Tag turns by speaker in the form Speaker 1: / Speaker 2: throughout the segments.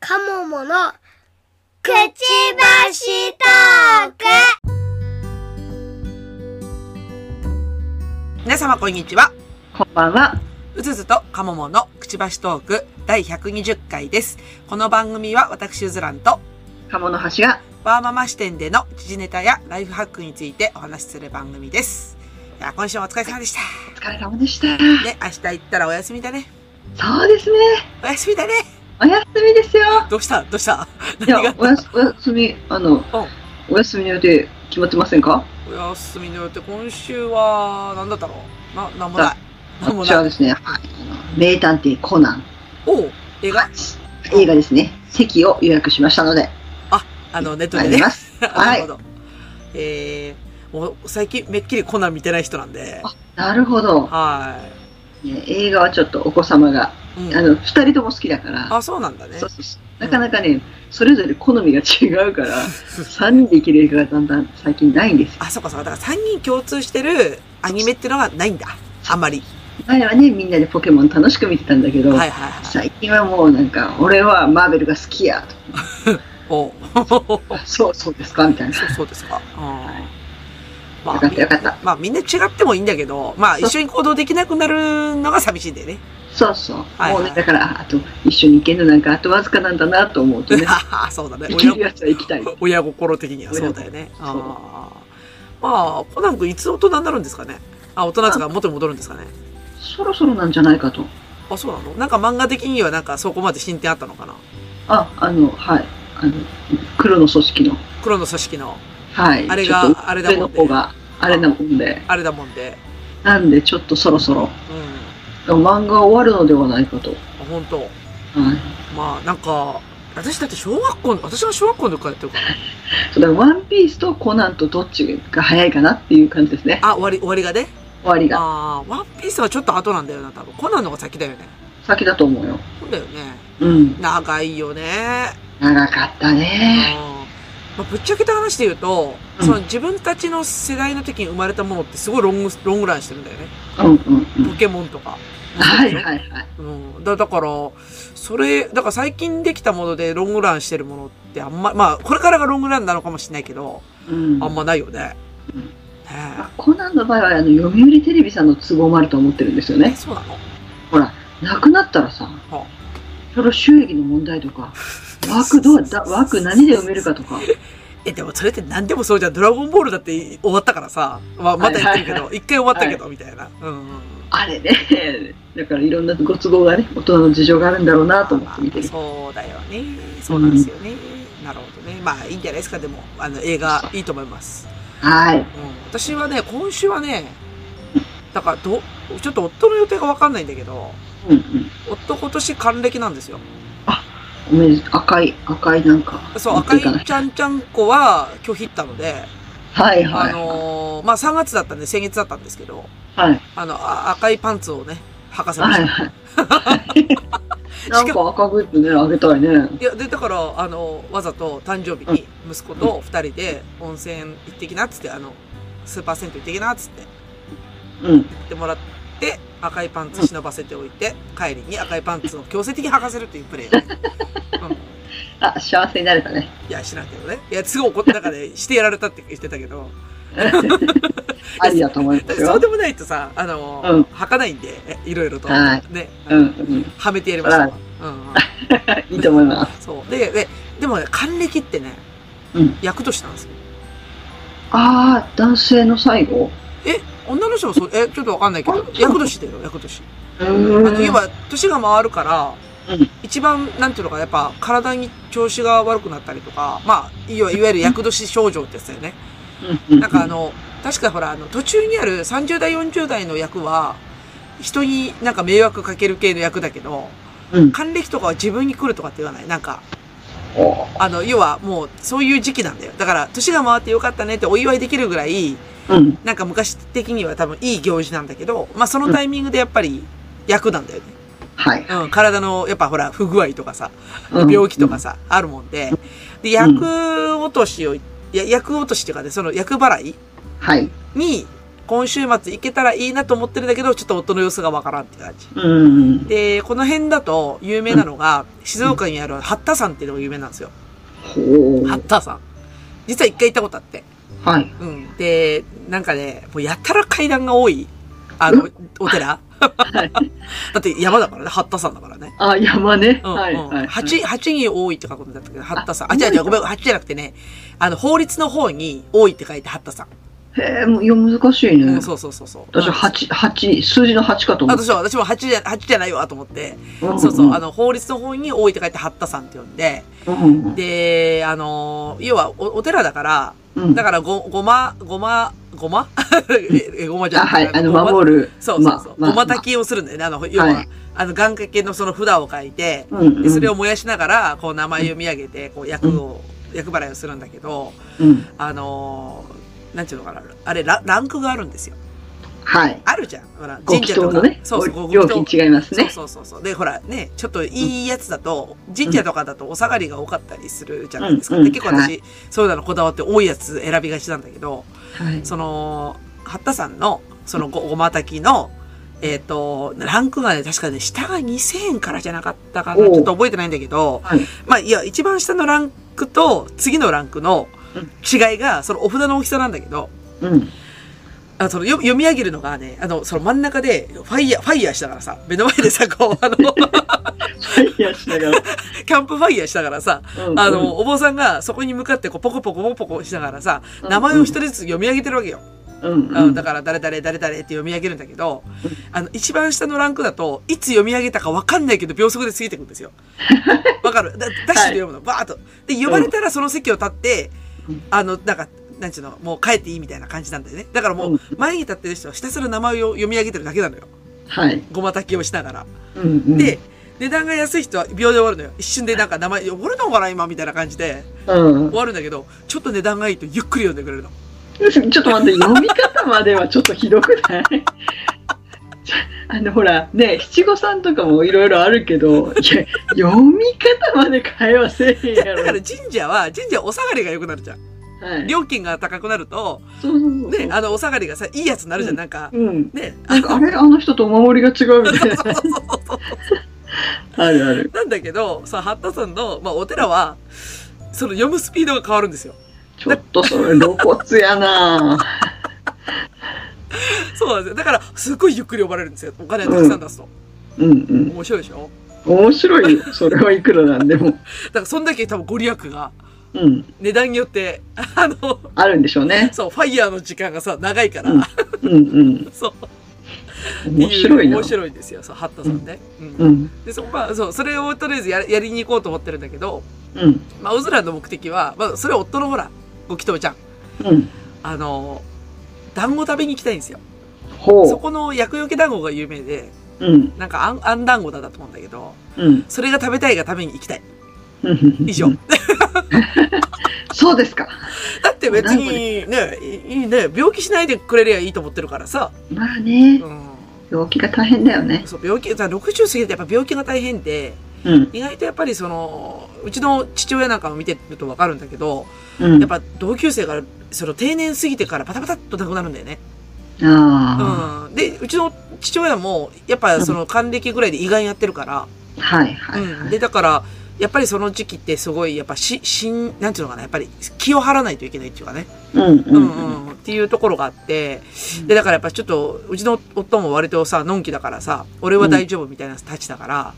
Speaker 1: カモモのくちばしトーク
Speaker 2: 皆様こんにちは。
Speaker 3: こんばんは。
Speaker 2: うつずとかもものくちばしトーク第120回です。この番組は私うずらんと
Speaker 3: 鴨の橋が、
Speaker 2: バーママ視点での時事ネタやライフハックについてお話しする番組です。いや、今週もお疲れ様でした。
Speaker 3: お疲れ様でした。
Speaker 2: ね、明日行ったらお休みだね。
Speaker 3: そうですね。
Speaker 2: お休みだね。
Speaker 3: お休 みですよ。
Speaker 2: どうしたどうした
Speaker 3: い
Speaker 2: 何
Speaker 3: や
Speaker 2: があっ、
Speaker 3: おやすお休み、あの、お休みの予定決まってませんか
Speaker 2: たお休みの予定、今週は何だったろうな、なんもない。なんも
Speaker 3: 私は
Speaker 2: ない。
Speaker 3: ですね、はい。あの名探偵コナン。
Speaker 2: おう映画
Speaker 3: 映画ですね。席を予約しましたので、
Speaker 2: あの、ネット
Speaker 3: 参
Speaker 2: で
Speaker 3: り
Speaker 2: ね。
Speaker 3: ます。
Speaker 2: な
Speaker 3: は
Speaker 2: る
Speaker 3: い
Speaker 2: ほど。えー、もう最近めっきりコナン見てない人なんで。
Speaker 3: なるほど。
Speaker 2: は
Speaker 3: ね映画はちょっとお子様
Speaker 2: い。
Speaker 3: が、
Speaker 2: うん
Speaker 3: あの、二人とも好きだから、
Speaker 2: あ、そうなんだね
Speaker 3: そ。うそうそうなかなかね、それぞれ好みが違う から、三人で行ける映画がだんだん最近ないんですよ。
Speaker 2: あ、そうかそうか。だから3人共通してるアニメっていうのがないんだ。あんまり。
Speaker 3: 前はね、みんなでポケモン楽しく見てたんだけど、
Speaker 2: はいはいはい。
Speaker 3: 最近はもうなんか、俺はマーベルが好きやと。
Speaker 2: おう そ
Speaker 3: そう、そうですかみたいな。
Speaker 2: うそうですか。うん
Speaker 3: よ
Speaker 2: ま
Speaker 3: かったよかった。
Speaker 2: まあみんな違ってもいいんだけど、まあ一緒に行動できなくなるのが寂しいんだよね。
Speaker 3: そうそう。
Speaker 2: はいはい
Speaker 3: もうね、だから、あと、一緒に行けるのなんか、あとわずかなんだなと思 うとね、
Speaker 2: そうだね。
Speaker 3: 行け
Speaker 2: 親
Speaker 3: るやつは行きたい。
Speaker 2: 親心的にはそうだよね。
Speaker 3: そう
Speaker 2: あーまあ、コナン君いつ大人になるんですかね。あ、大人ですか元に戻るんですかね。
Speaker 3: そろそろなんじゃないかと。
Speaker 2: あ、そうなのなんか漫画的にはなんかそこまで進展あったのかな
Speaker 3: あ、あの、はい。あの、黒の組織の。
Speaker 2: 黒の組織の
Speaker 3: はい。
Speaker 2: あれが
Speaker 3: ちょっと
Speaker 2: あれだもんね
Speaker 3: 上の方が、あれなもんで。
Speaker 2: あれだもんで。
Speaker 3: なんで、ちょっとそろそろ、
Speaker 2: う
Speaker 3: 漫画終わるのではないかと。は
Speaker 2: ん。本当。
Speaker 3: い。
Speaker 2: まあなんか、私だって小学校の、私が小学校の時からやってるから。
Speaker 3: そうだから、ワンピースとコナンとどっちが早いかなっていう感じですね。
Speaker 2: あ、終わり、終わりがね。
Speaker 3: 終わりが。
Speaker 2: ああ、ワンピースはちょっと後なんだよな、多分。コナンの方が先だよね。
Speaker 3: 先だと思うよ。
Speaker 2: そうだよね。
Speaker 3: うん。
Speaker 2: 長いよね。
Speaker 3: 長かった
Speaker 2: うん
Speaker 3: ね。
Speaker 2: まあ、ぶっちゃけた話で言うと、
Speaker 3: うん
Speaker 2: その自分たちの世代の時に生まれたものってすごいロング、ロングランしてるんだよね。
Speaker 3: うんうんう
Speaker 2: ポ
Speaker 3: ん。
Speaker 2: ケモンとか。
Speaker 3: はいはいはい。
Speaker 2: うん、だだから、それ、だから最近できたものでロングランしてるものってあんま、まあ、これからがロングランなのかもしれないけど、
Speaker 3: うん。
Speaker 2: あんまないよね。
Speaker 3: うん
Speaker 2: ね
Speaker 3: あコナンの場合は、あの、読売テレビさんの都合もあると思ってるんですよ
Speaker 2: え。え、
Speaker 3: ね。
Speaker 2: そうなの
Speaker 3: ほら、なくなったらさ
Speaker 2: あ、
Speaker 3: その収益の問題とか、枠どうだ、枠何で読めるかとか。
Speaker 2: え、でもそれって何でもそうじゃん。ドラゴンボールだって終わったからさ、まあ、またやってるけ
Speaker 3: はい
Speaker 2: ど、一回終わったけど、みたいな。うんうんうん。
Speaker 3: あれね。 だからいろんなご都合がね、大人の事情があるんだろうなと思って見てる。
Speaker 2: そうだよね。そうなんですよね。なるほどね。まあ、いいんじゃないですか、でも。あの、映画、いいと思います。
Speaker 3: はい。
Speaker 2: うん、私はね、今週はね、だからど、ちょっと夫の予定がわかんないんだけど、
Speaker 3: うんうん。
Speaker 2: 夫今年還暦なんですよ。
Speaker 3: おめで赤い、赤いなんか。
Speaker 2: そう、
Speaker 3: 持って
Speaker 2: 赤い
Speaker 3: かな
Speaker 2: ちゃんちゃん子は拒否ったので、
Speaker 3: はいは
Speaker 2: あ
Speaker 3: い。
Speaker 2: のーまあ、3月だったんで、先月だったんですけど、
Speaker 3: はい。
Speaker 2: あの、あ赤いパンツをね、履かせまし
Speaker 3: は
Speaker 2: た。
Speaker 3: い
Speaker 2: い、
Speaker 3: はい。なんか赤グッズね、あげたいね。
Speaker 2: や、で、だから、あの、わざと誕生日に息子と二人で温泉行ってきなっつって、あの、スーパー銭湯行ってきなっつって
Speaker 3: う
Speaker 2: 言
Speaker 3: ん。
Speaker 2: ってもらって、赤いパンツ忍ばせておいて、帰りに赤いパンツを強制的に履かせるというプレイを ね、うん
Speaker 3: あ、幸せになれたね。
Speaker 2: いや、しないけどね。いや、すごい怒って、なんかね、してやられたって言ってたけど、
Speaker 3: ありだと思います
Speaker 2: そう
Speaker 3: よ。
Speaker 2: でもないとさ、あの、
Speaker 3: うん
Speaker 2: 履かないんで、えいろいろと。
Speaker 3: は
Speaker 2: ね、
Speaker 3: うんうん。
Speaker 2: はめてやりましたわ。うんうん
Speaker 3: いいと思います。
Speaker 2: そう。で、で、でもね、還暦ってね、
Speaker 3: うん
Speaker 2: 役としてなんですよ。
Speaker 3: ああ、男性の最後
Speaker 2: え、女の人もそう、え、ちょっとわかんないけど
Speaker 3: あ、そう
Speaker 2: 役年だよ、役年。
Speaker 3: う
Speaker 2: あ
Speaker 3: ー
Speaker 2: の、
Speaker 3: ん。
Speaker 2: 要は、年が回るから、
Speaker 3: うん
Speaker 2: 一番、なんていうのかな、やっぱ、体に調子が悪くなったりとか、まあ、いわいわゆる役年症状ってやつだよね。
Speaker 3: うん
Speaker 2: なんかあ、の、確かほら、あの、途中にある30代、40代の役は、人になんか迷惑かける系の役だけど、
Speaker 3: うん。
Speaker 2: 還暦とかは自分に来るとかって言わない。なんか、
Speaker 3: お
Speaker 2: あの、要はもうそういう時期なんだよ。だから、年が回ってよかったねってお祝いできるぐらい、
Speaker 3: うん。
Speaker 2: なんか昔的には多分いい行事なんだけど、まあそのタイミングでやっぱり役なんだよね。
Speaker 3: はい。
Speaker 2: うん、体のやっぱほら、不具合とかさ、
Speaker 3: うん
Speaker 2: 病気とか。さ、あるもんで、で、役落としを、いや役落としっていうかね、その役払い
Speaker 3: はい。
Speaker 2: に、今週末行けたらいいなと思ってるんだけど、ちょっと夫の様子がわからんって感じ。
Speaker 3: うん。
Speaker 2: で、この辺だと有名なのが、静岡にある八田山っていうのが有名なんですよ。
Speaker 3: ほう。
Speaker 2: 八田山。実は一回行ったことあって。
Speaker 3: はい。
Speaker 2: うん。で、なんかね、もうやたら階段が多い、あ の、お寺。
Speaker 3: はい。
Speaker 2: だって山だからね、八田山だからね。
Speaker 3: あ、山ね。
Speaker 2: うん、
Speaker 3: はい。
Speaker 2: うん
Speaker 3: はい。
Speaker 2: 八、八に多いって書くんだったけど、八田さん。あ、
Speaker 3: あ
Speaker 2: 違う違う、
Speaker 3: 多
Speaker 2: ご
Speaker 3: い
Speaker 2: めん、八じゃなくてね、あの、法律の方に多いって書いて八田さん。
Speaker 3: へえ、もう、いや、難しいうね
Speaker 2: ん、。そうそうそうそう。
Speaker 3: 私は
Speaker 2: うん
Speaker 3: 八、八、数字の八かと思
Speaker 2: あ
Speaker 3: っ
Speaker 2: 私は、私も八じゃ、八じゃないわと思って、
Speaker 3: た。
Speaker 2: そうそう、あの、法律の方に多いって書いて八田さんって呼んで、
Speaker 3: の、うんうん
Speaker 2: で、あの、要はお、お寺だから、
Speaker 3: うん
Speaker 2: だからご、ごま、ごま、ごま ええごまじゃ
Speaker 3: あ、
Speaker 2: な
Speaker 3: はい、あの、
Speaker 2: ごま
Speaker 3: 守る。
Speaker 2: そうそうそう。
Speaker 3: ま
Speaker 2: ご
Speaker 3: ま
Speaker 2: ま炊きをするんだよね。あの、要は、
Speaker 3: はい
Speaker 2: あの、願掛けのその札を書いて、
Speaker 3: まうんう
Speaker 2: で
Speaker 3: ん
Speaker 2: それを燃やしながら、こう名前読み上げて、こう役を、役払いをするんだけど、
Speaker 3: うん。
Speaker 2: あのーなんていうのかな、あれラ、ランクがあるんですよ。
Speaker 3: はい。
Speaker 2: あるじゃん。ほら、
Speaker 3: ご
Speaker 2: 神社
Speaker 3: 祈
Speaker 2: と
Speaker 3: 祷
Speaker 2: か。
Speaker 3: のね、
Speaker 2: そうそう、
Speaker 3: ご
Speaker 2: ご
Speaker 3: 料
Speaker 2: 祈
Speaker 3: 金
Speaker 2: 祷。
Speaker 3: 違いますね。
Speaker 2: そうそうそうそう。で、ほらね、ちょっといいやつだと、神社とかだとお下がりが多かったりするじゃないですか。
Speaker 3: うん
Speaker 2: で結構私、
Speaker 3: は
Speaker 2: そういうのこだわって多いやつ選びがちなんだけど、
Speaker 3: はい。
Speaker 2: その、八田さんの、そのご、ごま炊きの、えっ、と、ランクがね、確かね、下が2000円からじゃなかったかな。
Speaker 3: おう
Speaker 2: ちょっと覚えてないんだけど、
Speaker 3: はい
Speaker 2: まあ、いや、一番下のランクと、次のランクの違いが、そのお札の大きさなんだけど、
Speaker 3: うん。
Speaker 2: あそのよ読み上げるのがね、あの、その真ん中で、ファイヤー、ファイヤーしたからさ、目の前でさ、 こう、あの、
Speaker 3: はい、いや、しながら。
Speaker 2: キャンプファイヤーしながらさ、
Speaker 3: うんうん
Speaker 2: あの、、お坊さんがそこに向かって、こう、ポコポコポコポコしながらさ、名前を一人ずつ読み上げてるわけよ。
Speaker 3: うんうん
Speaker 2: あのだから誰々誰々って読み上げるんだけど、あの、一番下のランクだと、いつ読み上げたかわかんないけど秒速で過ぎてくんです よ。わかるだダッシュで読むの、バーっと。で、呼ばれたらその席を立って
Speaker 3: うん、
Speaker 2: あの、なんか、なんちゅうの、もう帰っていいみたいな感じなんだよね。だからも
Speaker 3: う、
Speaker 2: うん前に立ってる人はひたすら名前を読み上げてるだけなのよ。
Speaker 3: はい。
Speaker 2: ごま炊きをしながら。
Speaker 3: うんうん、
Speaker 2: で、値段が安い人は秒で終わるのよ。一瞬でなんか名前、呼ばれたのかな今みたいな感じで
Speaker 3: うん
Speaker 2: 終わるんだけど、ちょっと値段がいいとゆっくり読んでくれるの。
Speaker 3: ちょっと待って、読み方まではちょっとひどくない ちょあの、ほら、ね、七五三とかもいろいろあるけど、いや、読み方まで会話せえへんや
Speaker 2: だ
Speaker 3: ろ。
Speaker 2: から神社は、神社はお下がりが良くなるじゃん。
Speaker 3: はい、
Speaker 2: 料金が高くなると、
Speaker 3: そうそうそう。
Speaker 2: ね、あの、お下がりがさ、いいやつになるじゃん、なんか。
Speaker 3: うん。
Speaker 2: ね、
Speaker 3: なんか、あれあの人とお守りが違う みたいな。あるある。
Speaker 2: なんだけど、さ、八田さんの、まあ、お寺は、その読むスピードが変わるんですよ。
Speaker 3: ちょっとそれ露骨やなぁ
Speaker 2: そうなんですよ。だから、すごいゆっくり呼ばれるんですよ。お金をたくさん出すと。
Speaker 3: うんうん。
Speaker 2: 面白いでしょ
Speaker 3: 面白いよ。それはいくらなんでも。
Speaker 2: だから、そんだけ多分ご利益が、
Speaker 3: うん。
Speaker 2: 値段によって、あの、
Speaker 3: あるんでしょうね。
Speaker 2: そう、ファイヤーの時間がさ、長いから、
Speaker 3: うんうん
Speaker 2: そう、
Speaker 3: うん。面白いな
Speaker 2: 面。白いんですよ、そう、八田さんね。うん
Speaker 3: うん。
Speaker 2: で、そこ、まあ、そう、それをとりあえずややりに行こうと思ってるんだけど、
Speaker 3: うん。
Speaker 2: まあ、うずらの目的は、まあ、それは夫のほら、ご祈祷ちゃん。
Speaker 3: うん。
Speaker 2: あの、団子食べに行きたいんですよ。そ
Speaker 3: ほ
Speaker 2: この薬よけ団子が有名で、
Speaker 3: う。うん。
Speaker 2: なんかあん、あん団子だったと思うんだけど、
Speaker 3: うん。
Speaker 2: それが食べたいがために行きたい。以上。
Speaker 3: そうですか。
Speaker 2: だって別に、ね、いいいね、病気しないでくれりゃいいと思ってるからさ。
Speaker 3: まあね
Speaker 2: う、ん。
Speaker 3: 病気が大変だよね。
Speaker 2: そう、病気、だから60過ぎてやっぱ病気が大変で、
Speaker 3: うん。
Speaker 2: 意外とやっぱりその、うちの父親なんかも見てるとわかるんだけど、
Speaker 3: うん。
Speaker 2: やっぱ同級生が、その定年過ぎてからパタパタっと亡くなるんだよね。
Speaker 3: あ
Speaker 2: うん。で、うちの父親も、やっぱその還暦ぐらいで胃がんやってるから、
Speaker 3: あ。はいはいうは
Speaker 2: ん。
Speaker 3: い。
Speaker 2: で、だから、やっぱりその時期ってすごい、やっぱし、しん、なんていうのかな、やっぱり気を張らないといけないっていうかね。
Speaker 3: うんう
Speaker 2: うん
Speaker 3: うん。
Speaker 2: んうん。っていうところがあって、で、だからやっぱちょっと、うちの夫も割とさ、のんきだからさ、俺は大丈夫みたいなたちだから、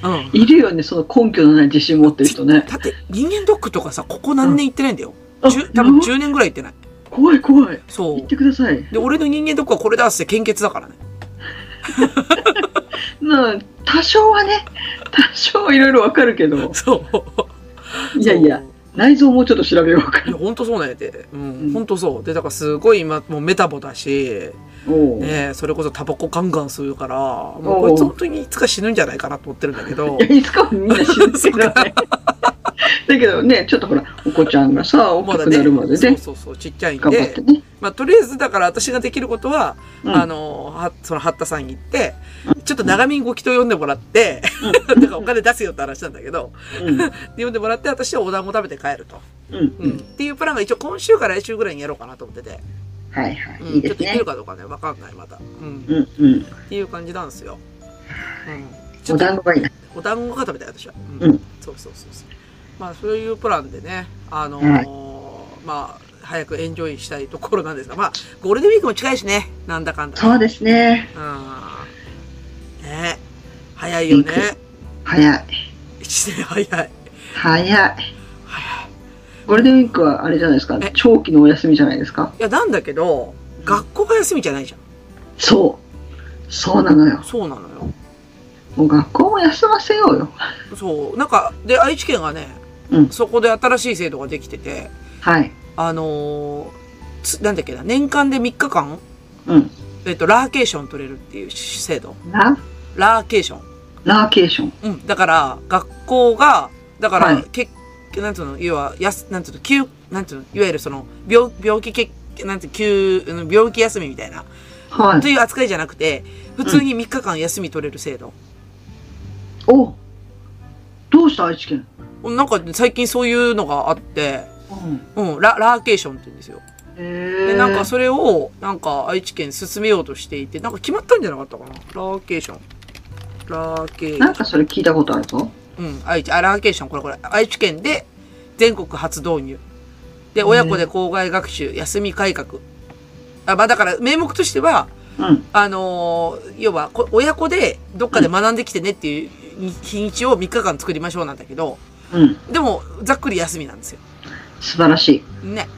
Speaker 2: うん。
Speaker 3: いるよね、その根拠のない自信持ってる人ね。
Speaker 2: だって、人間ドックとかさ、ここ何年行ってないんだよ。
Speaker 3: あ
Speaker 2: 十多分10年ぐらい行ってない。
Speaker 3: 怖い怖い。
Speaker 2: そ
Speaker 3: 言っ
Speaker 2: う。
Speaker 3: てください。
Speaker 2: で、俺の人間ドックはこれだっつって献血だからね。
Speaker 3: まあ、多少はね、多少いろいろわかるけど、
Speaker 2: そう。
Speaker 3: いやいや、内臓もうちょっと調べようか
Speaker 2: いや、。本当そうなんやて。う
Speaker 3: うん
Speaker 2: ん、本当そう。で、だからすごい今、もうメタボだし、
Speaker 3: おうい
Speaker 2: ねえそれこそタバコガンガン吸うから、もうこいつ本当にいつか死ぬんじゃないかなと思ってるんだけど
Speaker 3: や、、いつかはみんな死ぬ けどね。だけどね、ちょっとほら、お子ちゃんがさ、大
Speaker 2: ま
Speaker 3: き
Speaker 2: だ
Speaker 3: くなるま
Speaker 2: ね、
Speaker 3: で
Speaker 2: そう
Speaker 3: ね、
Speaker 2: そうそう、ちっちゃいん
Speaker 3: 頑張っ
Speaker 2: で
Speaker 3: て、ね。
Speaker 2: まあ、とりあえず、だから私ができることは、
Speaker 3: うん
Speaker 2: あの、は、その、八田さんに行って、ちょっと長めにご祈祷読んでもらって、 だからお金出すよって話なんだけど、
Speaker 3: うん。
Speaker 2: 読んでもらって、私はお団子食べて帰ると。
Speaker 3: うん。
Speaker 2: う。
Speaker 3: うん
Speaker 2: っ
Speaker 3: ん。
Speaker 2: ていうプランが一応今週か来週ぐらいにやろうかなと思ってて。
Speaker 3: はいはい。
Speaker 2: うん
Speaker 3: いい
Speaker 2: ちょ
Speaker 3: で
Speaker 2: っ
Speaker 3: す
Speaker 2: といけ
Speaker 3: ね
Speaker 2: る。かどうかね、わかんない、まだ。うん。
Speaker 3: うんうん。
Speaker 2: っていう感じなんですよ。うん。ちょ
Speaker 3: お
Speaker 2: っと
Speaker 3: 団子がいいな。
Speaker 2: お団子が食べたい、私は。うん。
Speaker 3: うん
Speaker 2: そうそうそうそう。まあ、そういうプランでね、あのーまあ、早くエンジョイしたいところなんですが、まあ、ゴールデンウィークも近いしね、なんだかんだ。
Speaker 3: そうですね。
Speaker 2: うん。ね早いよね。
Speaker 3: 早い。
Speaker 2: 一年早い。早い。
Speaker 3: 早い。ゴールデンウィークはあれじゃないですか
Speaker 2: え。
Speaker 3: 長期のお休みじゃないですか。
Speaker 2: いや、なんだけど、学校が休みじゃないじゃん。
Speaker 3: そう。そうなのよ。
Speaker 2: そうなのよ。
Speaker 3: もう学校も休ませようよ。
Speaker 2: そう。なんか、で、愛知県がね、
Speaker 3: うん
Speaker 2: そこで新しい制度ができてて、
Speaker 3: はい。
Speaker 2: あのーつなんだっけな、年間で3日間、
Speaker 3: うん。
Speaker 2: えっと、ラーケーション取れるっていう制度。
Speaker 3: ラ、
Speaker 2: ラーケーション。
Speaker 3: ラーケーション。
Speaker 2: うん。だから、学校が、だから、
Speaker 3: はい
Speaker 2: けなんつうの、要は、やす、なんつうの、休、なんつうの、いわゆるその、病、病気け、なんつう、休、うん病気休みみたいな、
Speaker 3: はい
Speaker 2: と。いう扱いじゃなくて、普通に3日間休み取れる制度。
Speaker 3: おどうした愛知県
Speaker 2: なんか、最近そういうのがあって、
Speaker 3: うん。
Speaker 2: うん、ラ、ラーケーションって言うんですよ。
Speaker 3: え
Speaker 2: で、
Speaker 3: ー、
Speaker 2: なんかそれを、なんか愛知県進めようとしていて、なんか決まったんじゃなかったかなラーケーション。ラーケーシ
Speaker 3: なん
Speaker 2: ョン。
Speaker 3: かそれ聞いたことあるぞ。
Speaker 2: うん、愛知、あ、ラーケーション、これこれ。愛知県で全国初導入。で、親子で校外学習、休み改革。あ、まあだから名目としては、
Speaker 3: うん。
Speaker 2: あのー要は、こ親子でどっかで学んできてねっていう日にちを3日間作りましょうなんだけど、
Speaker 3: うん。
Speaker 2: でも、ざっくり休みなんですよ。
Speaker 3: 素晴らしい。
Speaker 2: ね。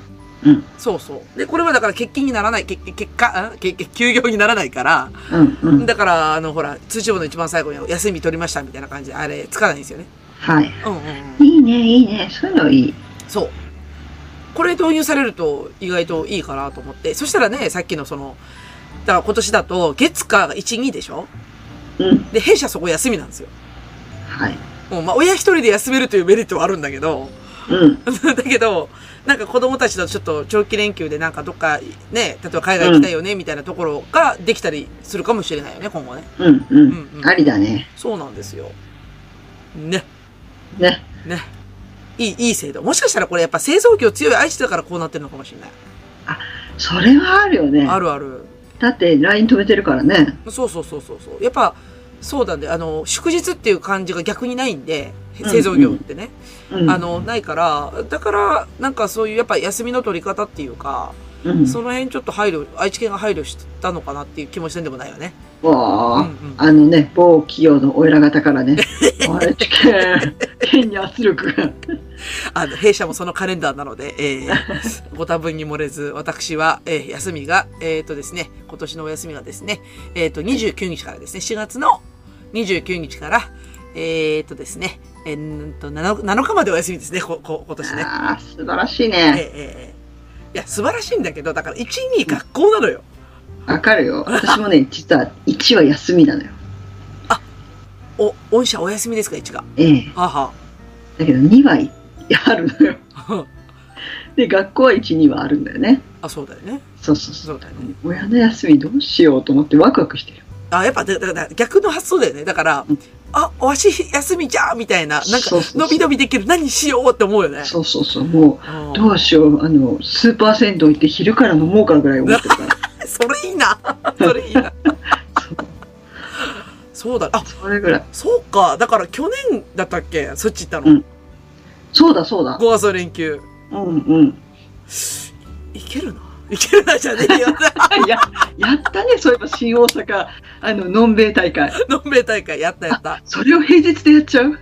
Speaker 3: うん。
Speaker 2: そうそう。で、これはだから欠勤にならない、け結果、んけけ休業にならないから、
Speaker 3: うん。うん。
Speaker 2: だから、あの、ほら、通知簿の一番最後に休み取りましたみたいな感じで、あれ、つかないんですよね。
Speaker 3: はい。
Speaker 2: うんうんうん。
Speaker 3: いいね、いいね。そういうのいい。
Speaker 2: そう。これ導入されると意外といいかなと思って。そしたらね、さっきのその、だから今年だと、月火が1、2でしょ
Speaker 3: うん。
Speaker 2: で、弊社そこ休みなんですよ。
Speaker 3: はい。
Speaker 2: もう、まあ、親一人で休めるというメリットはあるんだけど、
Speaker 3: うん。
Speaker 2: だけど、なんか子供たちとちょっと長期連休でなんかどっかね、例えば海外行きたいよね、みたいなところができたりするかもしれないよね、今後ね。
Speaker 3: うん。う
Speaker 2: うん
Speaker 3: ん。
Speaker 2: うん。
Speaker 3: ありだね。
Speaker 2: そうなんですよ。ね、
Speaker 3: ね。
Speaker 2: ね。いい、いい制度。もしかしたらこれやっぱ製造業強い愛知だからこうなってるのかもしれない。
Speaker 3: それはあるよね。
Speaker 2: あるある。
Speaker 3: だって、LINE 止めてるからね。
Speaker 2: そうそうそうそうそう。やっぱ、そうだね。あの、祝日っていう感じが逆にないんで、
Speaker 3: うん
Speaker 2: 製造業ってね。
Speaker 3: うん。
Speaker 2: あ、の、ないから、だから、なんかそういうやっぱ休みの取り方っていうか、
Speaker 3: うん。
Speaker 2: その辺ちょっと配慮、愛知県が配慮したのかなっていう気もしてんでもないよね。
Speaker 3: わ
Speaker 2: うんう
Speaker 3: あ、
Speaker 2: ん
Speaker 3: あのね、某企業のお偉方からね、 愛知県、県に圧力 が。
Speaker 2: あの、弊社もそのカレンダーなので、えーご多分に漏れず、私は、えー休みが、えっ、とですね、今年のお休みがですね、えっ、と、29日からですね、4月の29日から、えっ、とですね、えー、んと7、7日までお休みですね、こ、こ、今年ね。
Speaker 3: ああ、素晴らしい
Speaker 2: えー
Speaker 3: ね。
Speaker 2: えーえーいや、素晴らしいんだけど、だから1、2学校なのよ。
Speaker 3: わかるよ。私もね、 実は1は休みなのよ。
Speaker 2: お、御社お休みですか、1が。
Speaker 3: ええ。
Speaker 2: はあは
Speaker 3: だけど2はあるのよ。
Speaker 2: あ。
Speaker 3: で、学校は1、2はあるんだよね。
Speaker 2: あ、そうだよね。
Speaker 3: そうそうそ。
Speaker 2: そううだよね。
Speaker 3: 親の休みどうしようと思ってワクワクしてる。
Speaker 2: あ、やっぱ、だだから逆の発想だよね。だから
Speaker 3: うん、
Speaker 2: あ、わし休みじゃーみたいな、なんか
Speaker 3: そうそう、そう
Speaker 2: 伸び伸びできる、何しようって思うよね。
Speaker 3: そうそうそう。も
Speaker 2: うん
Speaker 3: う、どうしよう。あの、スーパー銭湯行って昼から飲もうかぐらい思ってる から。
Speaker 2: それいいな。 それいいな。そうだ。あ、
Speaker 3: それぐらい。
Speaker 2: そうか。だから去年だったっけそっち行った
Speaker 3: う
Speaker 2: の
Speaker 3: ん。そうだそうだ。
Speaker 2: 5月の連休。
Speaker 3: うんうん。
Speaker 2: いけるな。いけるなじゃねえよ。
Speaker 3: や、やったね、そういえば新大阪、あの、のんべい大会。
Speaker 2: のんべい大会やったやった。
Speaker 3: それを平日でやっちゃう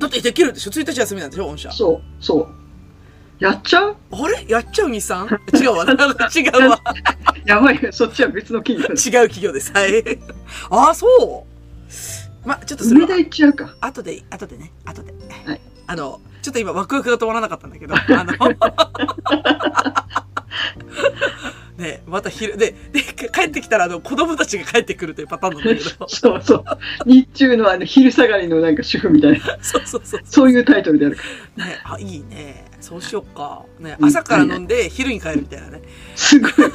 Speaker 2: だってできるでしょ ?1 日休みなんでしょ御社。
Speaker 3: そう、そう。やっちゃう
Speaker 2: あれやっちゃう日産違 うわ。なんか違うわ。
Speaker 3: やばいよ、そっちは別の企 業だ。
Speaker 2: 違う企業です。はい。ああ、そう。ま、ちょっとそれは
Speaker 3: 梅田行っちゃうか。
Speaker 2: 後で、後でね、後で。
Speaker 3: はい、
Speaker 2: あの、ちょっと今ワクワクが止まらなかったんだけど、あの、 ねまた昼、で、で、帰ってきたら、あの、子供たちが帰ってくるというパターンなんだけど
Speaker 3: そうそう。日中のあの、昼下がりのなんか主婦みたいな、
Speaker 2: そうそうそう。
Speaker 3: そういうタイトルでやるから。
Speaker 2: ねあ、いいね。そうしよっか。ね
Speaker 3: うん
Speaker 2: 朝から飲んで、昼に帰るみたいなね。
Speaker 3: すごい、うん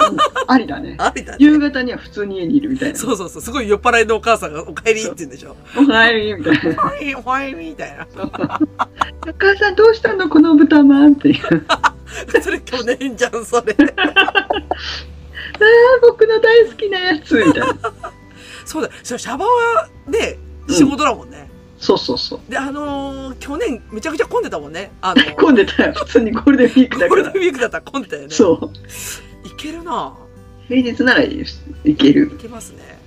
Speaker 3: ありだね。
Speaker 2: ありだね。
Speaker 3: 夕方には普通に家にいるみたいな。
Speaker 2: そうそうそう。すごい酔っ払いのお母さんが、お帰りって言うんでしょ。
Speaker 3: おはようみたいな。
Speaker 2: お帰り、お帰りみた いな。
Speaker 3: お母さんどうしたのこの豚まんっていう。
Speaker 2: それ去年じゃん、それ。
Speaker 3: 僕の大好きなやつみたいな。
Speaker 2: そうだ、そうシャバはね、仕事だもんね。
Speaker 3: そうそうそう。
Speaker 2: で、あのー去年めちゃくちゃ混んでたもんね。あの
Speaker 3: 混んでたよ。普通にゴールデンウィークだ
Speaker 2: ゴ
Speaker 3: か
Speaker 2: ールデ
Speaker 3: ら
Speaker 2: ン。ウィークだったら混んでたよね。う。
Speaker 3: そう。
Speaker 2: いけるな
Speaker 3: 平日ならいける。
Speaker 2: いけますね。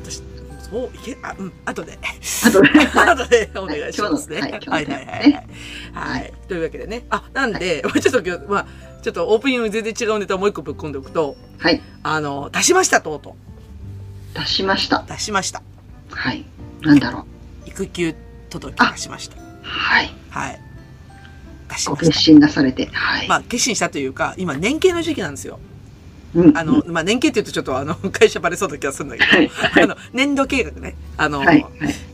Speaker 2: 私、そう、いけ、あ、うん、あとで。
Speaker 3: あとね。
Speaker 2: あとでお願いしますね。
Speaker 3: は
Speaker 2: はいい、
Speaker 3: 今日の
Speaker 2: はい、はいはい。はい。というわけでね。あ、なんで、 ちょっと今日、まあ、ちょっとオープニングに全然違うネタをもう一個ぶっ込んでおくと、
Speaker 3: はい。
Speaker 2: あの、出しました、とうと
Speaker 3: 出しました
Speaker 2: う。。出しました。
Speaker 3: はい。なんだろう。
Speaker 2: 育休届出しました。
Speaker 3: はい。
Speaker 2: はい。出し
Speaker 3: ご
Speaker 2: まし
Speaker 3: 決
Speaker 2: た。
Speaker 3: 心なされて。はい。
Speaker 2: まあ、決心したというか、今、年金の時期なんですよ。
Speaker 3: うん
Speaker 2: あの、まあ、年金って言うとちょっと、あの、 会社バレそうな気がするんだけ
Speaker 3: はい。
Speaker 2: ど、あの、年度計画ね。あの、
Speaker 3: はい。はい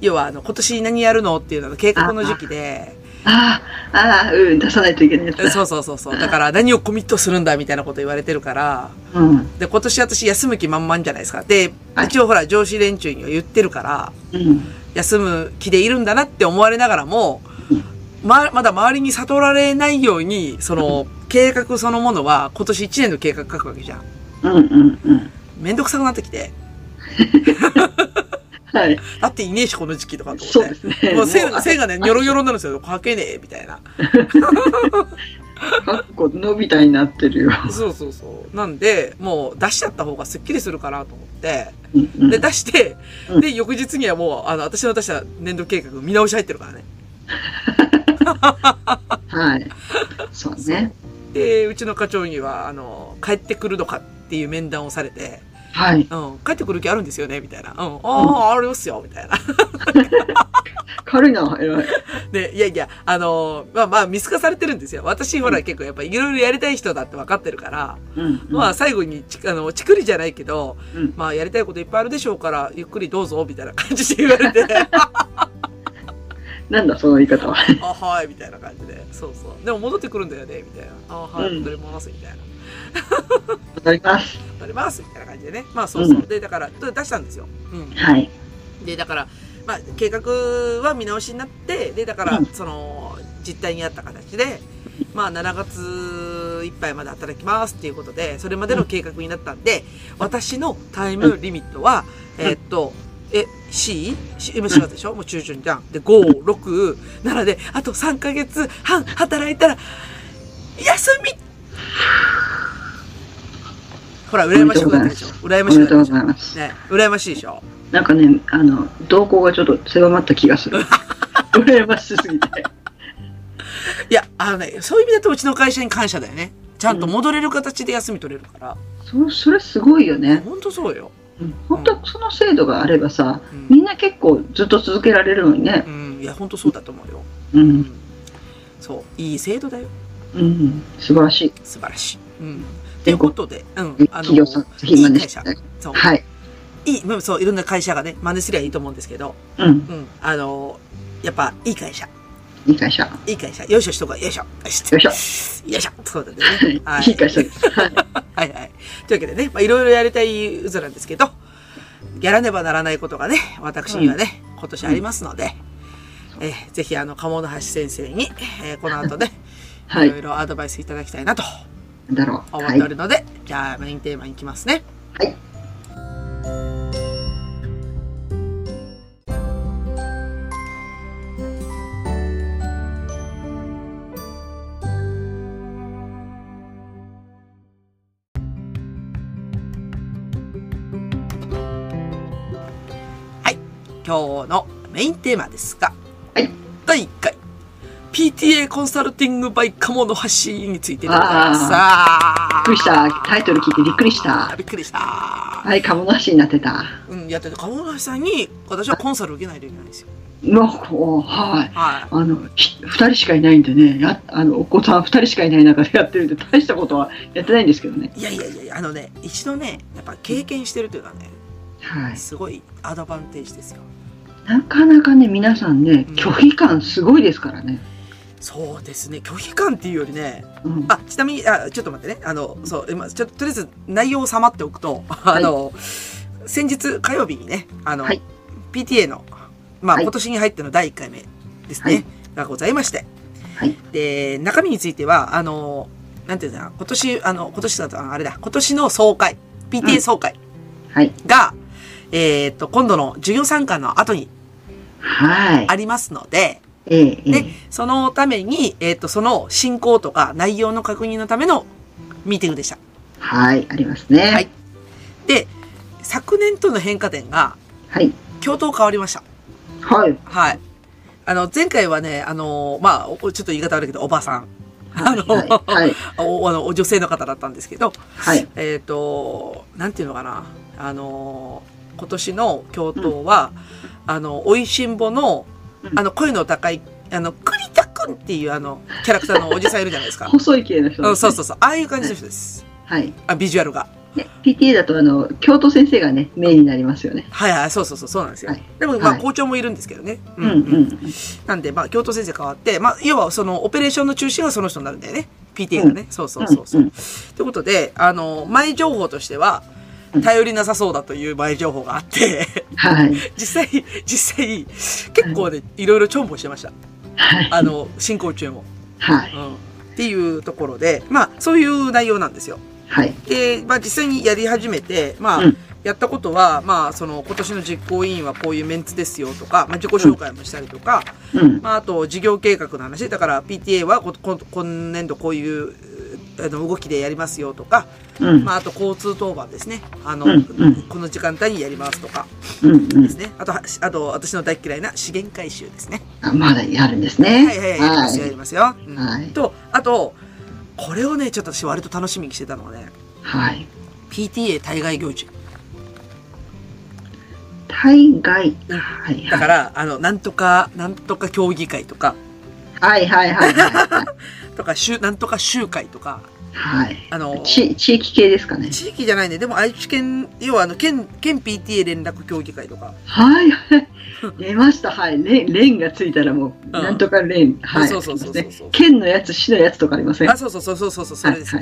Speaker 2: 要は、あの、今年何やるのっていうのが計画の時期で、
Speaker 3: ああ、ああ、うん、出さないといけないやつだ。
Speaker 2: そうそうそうそう。だから、何をコミットするんだみたいなこと言われてるから、
Speaker 3: うん。うん。
Speaker 2: で、今年私休む気満々じゃないですか。で
Speaker 3: は、い
Speaker 2: 一応ほら、上司連中には言ってるから、休む気でいるんだなって思われながらも、ま、まだ周りに悟られないように、その、計画そのものは今年1年の計画書くわけじゃん。
Speaker 3: うんうんうん。
Speaker 2: めんどくさくなってきて、
Speaker 3: はい。
Speaker 2: だっていねえし、この時期とかと
Speaker 3: そう
Speaker 2: 思っ
Speaker 3: で
Speaker 2: て。
Speaker 3: すね。
Speaker 2: もう線
Speaker 3: もう
Speaker 2: が、線がね、ニョロニョロになるんですよ。書けねえ、みたいな。
Speaker 3: かっこ伸びたになってるよ。
Speaker 2: そうそうそう。なんで、もう出しちゃった方がスッキリするかなと思って、
Speaker 3: うんうん
Speaker 2: で、出して
Speaker 3: う、ん
Speaker 2: で、翌日にはもう、あの、私の出した年度計画見直し入ってるからね。
Speaker 3: はい。そうね。
Speaker 2: で、うちの課長には、あの、帰ってくるのかっていう面談をされて、
Speaker 3: はい。
Speaker 2: うん、帰ってくる気あるんですよね、みたいな。うん、ああ、ありますよ、みたいな。
Speaker 3: 軽いな、偉い。
Speaker 2: で、いやいや、あの、まあまあ、見透かされてるんですよ。私、ほら、結構やっぱいろいろやりたい人だって分かってるから、
Speaker 3: うんうん。
Speaker 2: まあ、最後にち、あの、ちくりじゃないけど、
Speaker 3: うん
Speaker 2: まあ、やりたいこといっぱいあるでしょうから、ゆっくりどうぞ、みたいな感じで言われ て、
Speaker 3: なんだ、その言い方は。
Speaker 2: あはい、みたいな感じで。そうそう。でも戻ってくるんだよね、みたいな。あはい、
Speaker 3: うん
Speaker 2: 戻ります、みたいな。
Speaker 3: わかります。
Speaker 2: 戻ります、みたいな感じでね。まあ、そうそう。
Speaker 3: うん
Speaker 2: で、だから、出したんですよ。うん。
Speaker 3: はい。
Speaker 2: で、だから、まあ、計画は見直しになって、で、だから
Speaker 3: うん、
Speaker 2: その、実態に合った形で、まあ、7月いっぱいまで働きますっていうことで、それまでの計画になったんで、私のタイムリミットは、
Speaker 3: うん
Speaker 2: えーっと、え、C? C 今4月でしょもう中旬じゃん。で、5、6、7で、あと3ヶ月半働いたら、休みほら、羨ましくなってるでしょ羨ま
Speaker 3: おめ
Speaker 2: しくな
Speaker 3: で
Speaker 2: ってるで
Speaker 3: とうご
Speaker 2: しょ
Speaker 3: ざいます。
Speaker 2: ね、羨ましいでしょ
Speaker 3: なんかね、あの、動向がちょっと狭まった気が する。羨ましすぎて。
Speaker 2: いや、あのね、そういう意味だとうちの会社に感謝だよね。ちゃんと戻れる形で休み取れるから。
Speaker 3: そそれすごいよね。
Speaker 2: ほんとそうよ。
Speaker 3: うん本当その制度があればさ、
Speaker 2: うん
Speaker 3: みんな結構ずっと続けられるのにね
Speaker 2: う。ん、いや、ほんとそうだと思うよ。
Speaker 3: う。
Speaker 2: うんん。そう、いい制度だよ。
Speaker 3: うん。素晴らしい。
Speaker 2: 素晴らしい。うん。ということで、うん。あ
Speaker 3: 企業さん、ぜひ真
Speaker 2: いい
Speaker 3: 似
Speaker 2: 会
Speaker 3: して
Speaker 2: 社
Speaker 3: いただき。
Speaker 2: そう。
Speaker 3: はい。
Speaker 2: いい、まあそう、いろんな会社がね、真似すりゃいいと思うんですけど、
Speaker 3: うん。
Speaker 2: うん。あの、やっぱ、いい会社。
Speaker 3: いい会社。
Speaker 2: いい会社。よいしょしとこう。よいしょ。よいしょ。
Speaker 3: よい
Speaker 2: よいしょ。そうだね。
Speaker 3: いい会社です。はい。
Speaker 2: はいはい。というわけでね、まあ、いろいろやりたい渦なんですけど、やらねばならないことがね、私にはね、今年ありますので、えーぜひあの、鴨の橋先生に、えーこの後ね、、
Speaker 3: はいい
Speaker 2: ろいろアドバイスいただきたいなと
Speaker 3: なんだろう。
Speaker 2: 思っ
Speaker 3: は
Speaker 2: てお
Speaker 3: い。
Speaker 2: るので、じゃあメインテーマいきますね。
Speaker 3: はい。
Speaker 2: 今日のメインテーマですが、
Speaker 3: はい
Speaker 2: 第1回、PTA コンサルティングバイ鴨の橋についてでございます。
Speaker 3: びっくりした。タイトル聞いてびっくりし
Speaker 2: あー
Speaker 3: た。
Speaker 2: びっくりした。
Speaker 3: はい、鴨の橋になってた。
Speaker 2: うん、やってて、鴨の橋さんに、私はコンサル受けないといけないんですよ。
Speaker 3: もうこう、は
Speaker 2: は
Speaker 3: い。
Speaker 2: い。
Speaker 3: あの、ひ二人しかいないんでね、や、あの、お子さん二人しかいない中でやってるんで、大したことはやってないんですけどね。
Speaker 2: いやいやいやいやあのね一度ねやっぱ経験してるというかね
Speaker 3: はい。
Speaker 2: すごいアドバンテージですよ
Speaker 3: なかなかね、皆さんね
Speaker 2: うん、
Speaker 3: 拒否感すごいですからね。
Speaker 2: そうですね拒否感っていうよりね
Speaker 3: うん。
Speaker 2: あちなみにあちょっと待ってねあのそう今ちょっととりあえず内容をさまっておくとあの、先日火曜日にねあの、
Speaker 3: はい
Speaker 2: PTA のまあ、
Speaker 3: はい
Speaker 2: 今年に入っての第1回目ですね、
Speaker 3: はい
Speaker 2: がございまして
Speaker 3: はい。
Speaker 2: で中身についてはあのなんていうんだろう今年、あの、今年だと、ああれだ、今年の総会、PTA 総会
Speaker 3: はい。
Speaker 2: が、えーっと、今度の授業参観の後に
Speaker 3: はい
Speaker 2: あ。りますので、
Speaker 3: ええ、え
Speaker 2: で
Speaker 3: え。、
Speaker 2: そのために、えーっと、その進行とか内容の確認のためのミーティングでした。
Speaker 3: はい。ありますね。
Speaker 2: はいで、昨年との変化点が、
Speaker 3: はい。
Speaker 2: 教頭変わりました。
Speaker 3: はい。
Speaker 2: はい。あの、前回はね、あの、まあ、おちょっと言い方悪いけど、おばさん。あの、
Speaker 3: はい。
Speaker 2: おあのお女性の方だったんですけど、
Speaker 3: はい。
Speaker 2: えっ、と、なんていうのかな。あの、今年の教頭は、あの、おいしんぼの
Speaker 3: う、ん
Speaker 2: あの、声の高い、あの、栗田くんっていうあの、キャラクターのおじさんいるじゃない ですか。
Speaker 3: 細い系の人
Speaker 2: うんそう
Speaker 3: う。
Speaker 2: そうそう。ああいう感じの人です。
Speaker 3: はい。
Speaker 2: あ、ビジュアルが。
Speaker 3: ね PTA だと、あの、教頭先生がね、メインになりますよね。
Speaker 2: はいはい、そうそうそう、そうなんですよ。
Speaker 3: はい
Speaker 2: でも、まあ、
Speaker 3: はい
Speaker 2: 校長もいるんですけどね。
Speaker 3: うんうん。
Speaker 2: なんで、まあ、教頭先生変わって、まあ、要はその、オペレーションの中心はその人になるんだよね。PTA がね。そうそうそうそう。
Speaker 3: んん
Speaker 2: ということで、あの、前情報としては
Speaker 3: うん、
Speaker 2: 頼りなさそうだという前情報があって、
Speaker 3: はい。
Speaker 2: 実際、 実際、結構ね、いろいろ重宝してました。
Speaker 3: はい。
Speaker 2: あの、進行中も。
Speaker 3: はい。
Speaker 2: うん。っていうところで、まあ、そういう内容なんですよ。
Speaker 3: はい。
Speaker 2: で、まあ、実際にやり始めて、まあ、
Speaker 3: うん
Speaker 2: やったことは、まあ、その、今年の実行委員はこういうメンツですよとか、まあ、自己紹介もしたりとか、
Speaker 3: うん。
Speaker 2: まあ、あと、事業計画の話。だから、PTA はこ、こ今年度こういう、あの、動きでやりますよとか、
Speaker 3: うん。
Speaker 2: まあ、あと交通当番ですね。あの、
Speaker 3: うんうん
Speaker 2: この時間帯にやりますとか
Speaker 3: うん。う
Speaker 2: で
Speaker 3: ん
Speaker 2: す。ね。あとは、あと、私の大嫌いな資源回収ですね。
Speaker 3: あまだやるんです
Speaker 2: は
Speaker 3: ね。
Speaker 2: いはいはい、やりますよ、やりますよ。うん
Speaker 3: はい
Speaker 2: と、あと、これをね、ちょっと私割と楽しみにしてたのはね、
Speaker 3: はい。
Speaker 2: PTA 対外行事。
Speaker 3: 対外。はい
Speaker 2: だか
Speaker 3: はい。
Speaker 2: ら、あの、なんとか、なんとか協議会とか、
Speaker 3: はいはいはいはい
Speaker 2: とか、集なんとか集会とか、
Speaker 3: はい。
Speaker 2: あの、
Speaker 3: ち地域系ですかね。
Speaker 2: 地域じゃないね。でも愛知県、要はあの、県、県 PTA 連絡協議会とか。
Speaker 3: はいはい。出ました。はい。レン、レンがついたらもう、
Speaker 2: ん
Speaker 3: なんとかレン。はい。
Speaker 2: そうそうそうそう
Speaker 3: ありますね県のやつ、市のやつとかありません。は
Speaker 2: あ、
Speaker 3: い
Speaker 2: そうそうそうそうそうそう、そ
Speaker 3: は
Speaker 2: れ
Speaker 3: い
Speaker 2: です。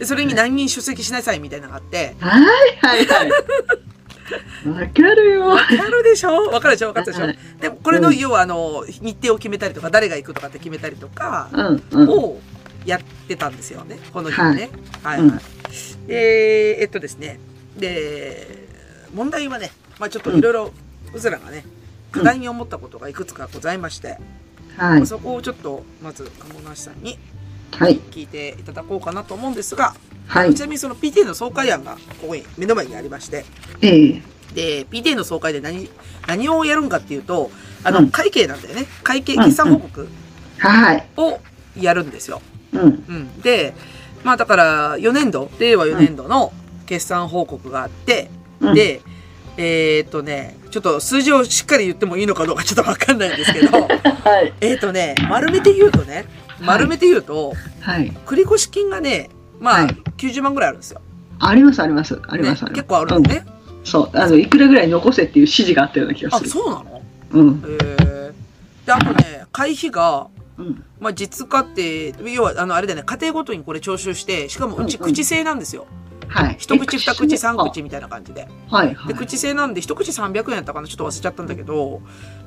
Speaker 2: で、それに何人出席しなさいみたいなのがあって、
Speaker 3: はいはい。わかるよ。
Speaker 2: わかるでしょわかるでしょわかったでしょ
Speaker 3: はい
Speaker 2: でも、これの、
Speaker 3: うん
Speaker 2: 要はあの、日程を決めたりとか、誰が行くとかって決めたりとか、
Speaker 3: うんうん。
Speaker 2: をやってたんですよね。この日はね。はい、はい
Speaker 3: うん
Speaker 2: で、えっとですね。で、問題はね、まあちょっといろいろ、うずらがね、
Speaker 3: うん
Speaker 2: 課題に思ったことがいくつかございまして、
Speaker 3: はい
Speaker 2: まあ。そこをちょっと、まず、鴨梨さんに
Speaker 3: はい。
Speaker 2: 聞いていただこうかなと思うんですが、
Speaker 3: はい
Speaker 2: ち。なみにその PTA の総会案がここに、目の前にありまして、
Speaker 3: ええ。
Speaker 2: で、PTA の総会で何、何をやるんかっていうと、あ
Speaker 3: う
Speaker 2: の、
Speaker 3: ん
Speaker 2: 会計なんだよね。会計、
Speaker 3: うん
Speaker 2: 決算報告
Speaker 3: はい。
Speaker 2: をやるんですよ。
Speaker 3: うん。
Speaker 2: うん。で、まあだから、4年度、令和4年度の決算報告があって、
Speaker 3: うん、
Speaker 2: で、えーっとね、ちょっと数字をしっかり言ってもいいのかどうかちょっとわかんないんですけ ど、
Speaker 3: はい。
Speaker 2: えーっとね、丸めて言うとね、丸めて言うと、
Speaker 3: はい。
Speaker 2: 繰越金がね、まあ、
Speaker 3: はい
Speaker 2: 90万ぐらいあるんですよ。
Speaker 3: ありますあります。あり
Speaker 2: ね、
Speaker 3: ます。ります
Speaker 2: 結構あるんだ。ね。
Speaker 3: うんそう。あの、いくらぐらい残せっていう指示があったような気が
Speaker 2: あ、
Speaker 3: する。
Speaker 2: そうなの
Speaker 3: うん。
Speaker 2: えー。で、あとね、会費が、
Speaker 3: うん。
Speaker 2: まあ、実家って、要は、あの、あれだよね、家庭ごとにこれ徴収して、しかもうち
Speaker 3: うんうん
Speaker 2: 口製なんですよ。
Speaker 3: はい。
Speaker 2: 一口、二口、三
Speaker 3: あ。
Speaker 2: 口みたいな感じで。
Speaker 3: はいは
Speaker 2: で、
Speaker 3: い。
Speaker 2: 口製なんで、一口300円やったかな、ちょっと忘れちゃったんだけど、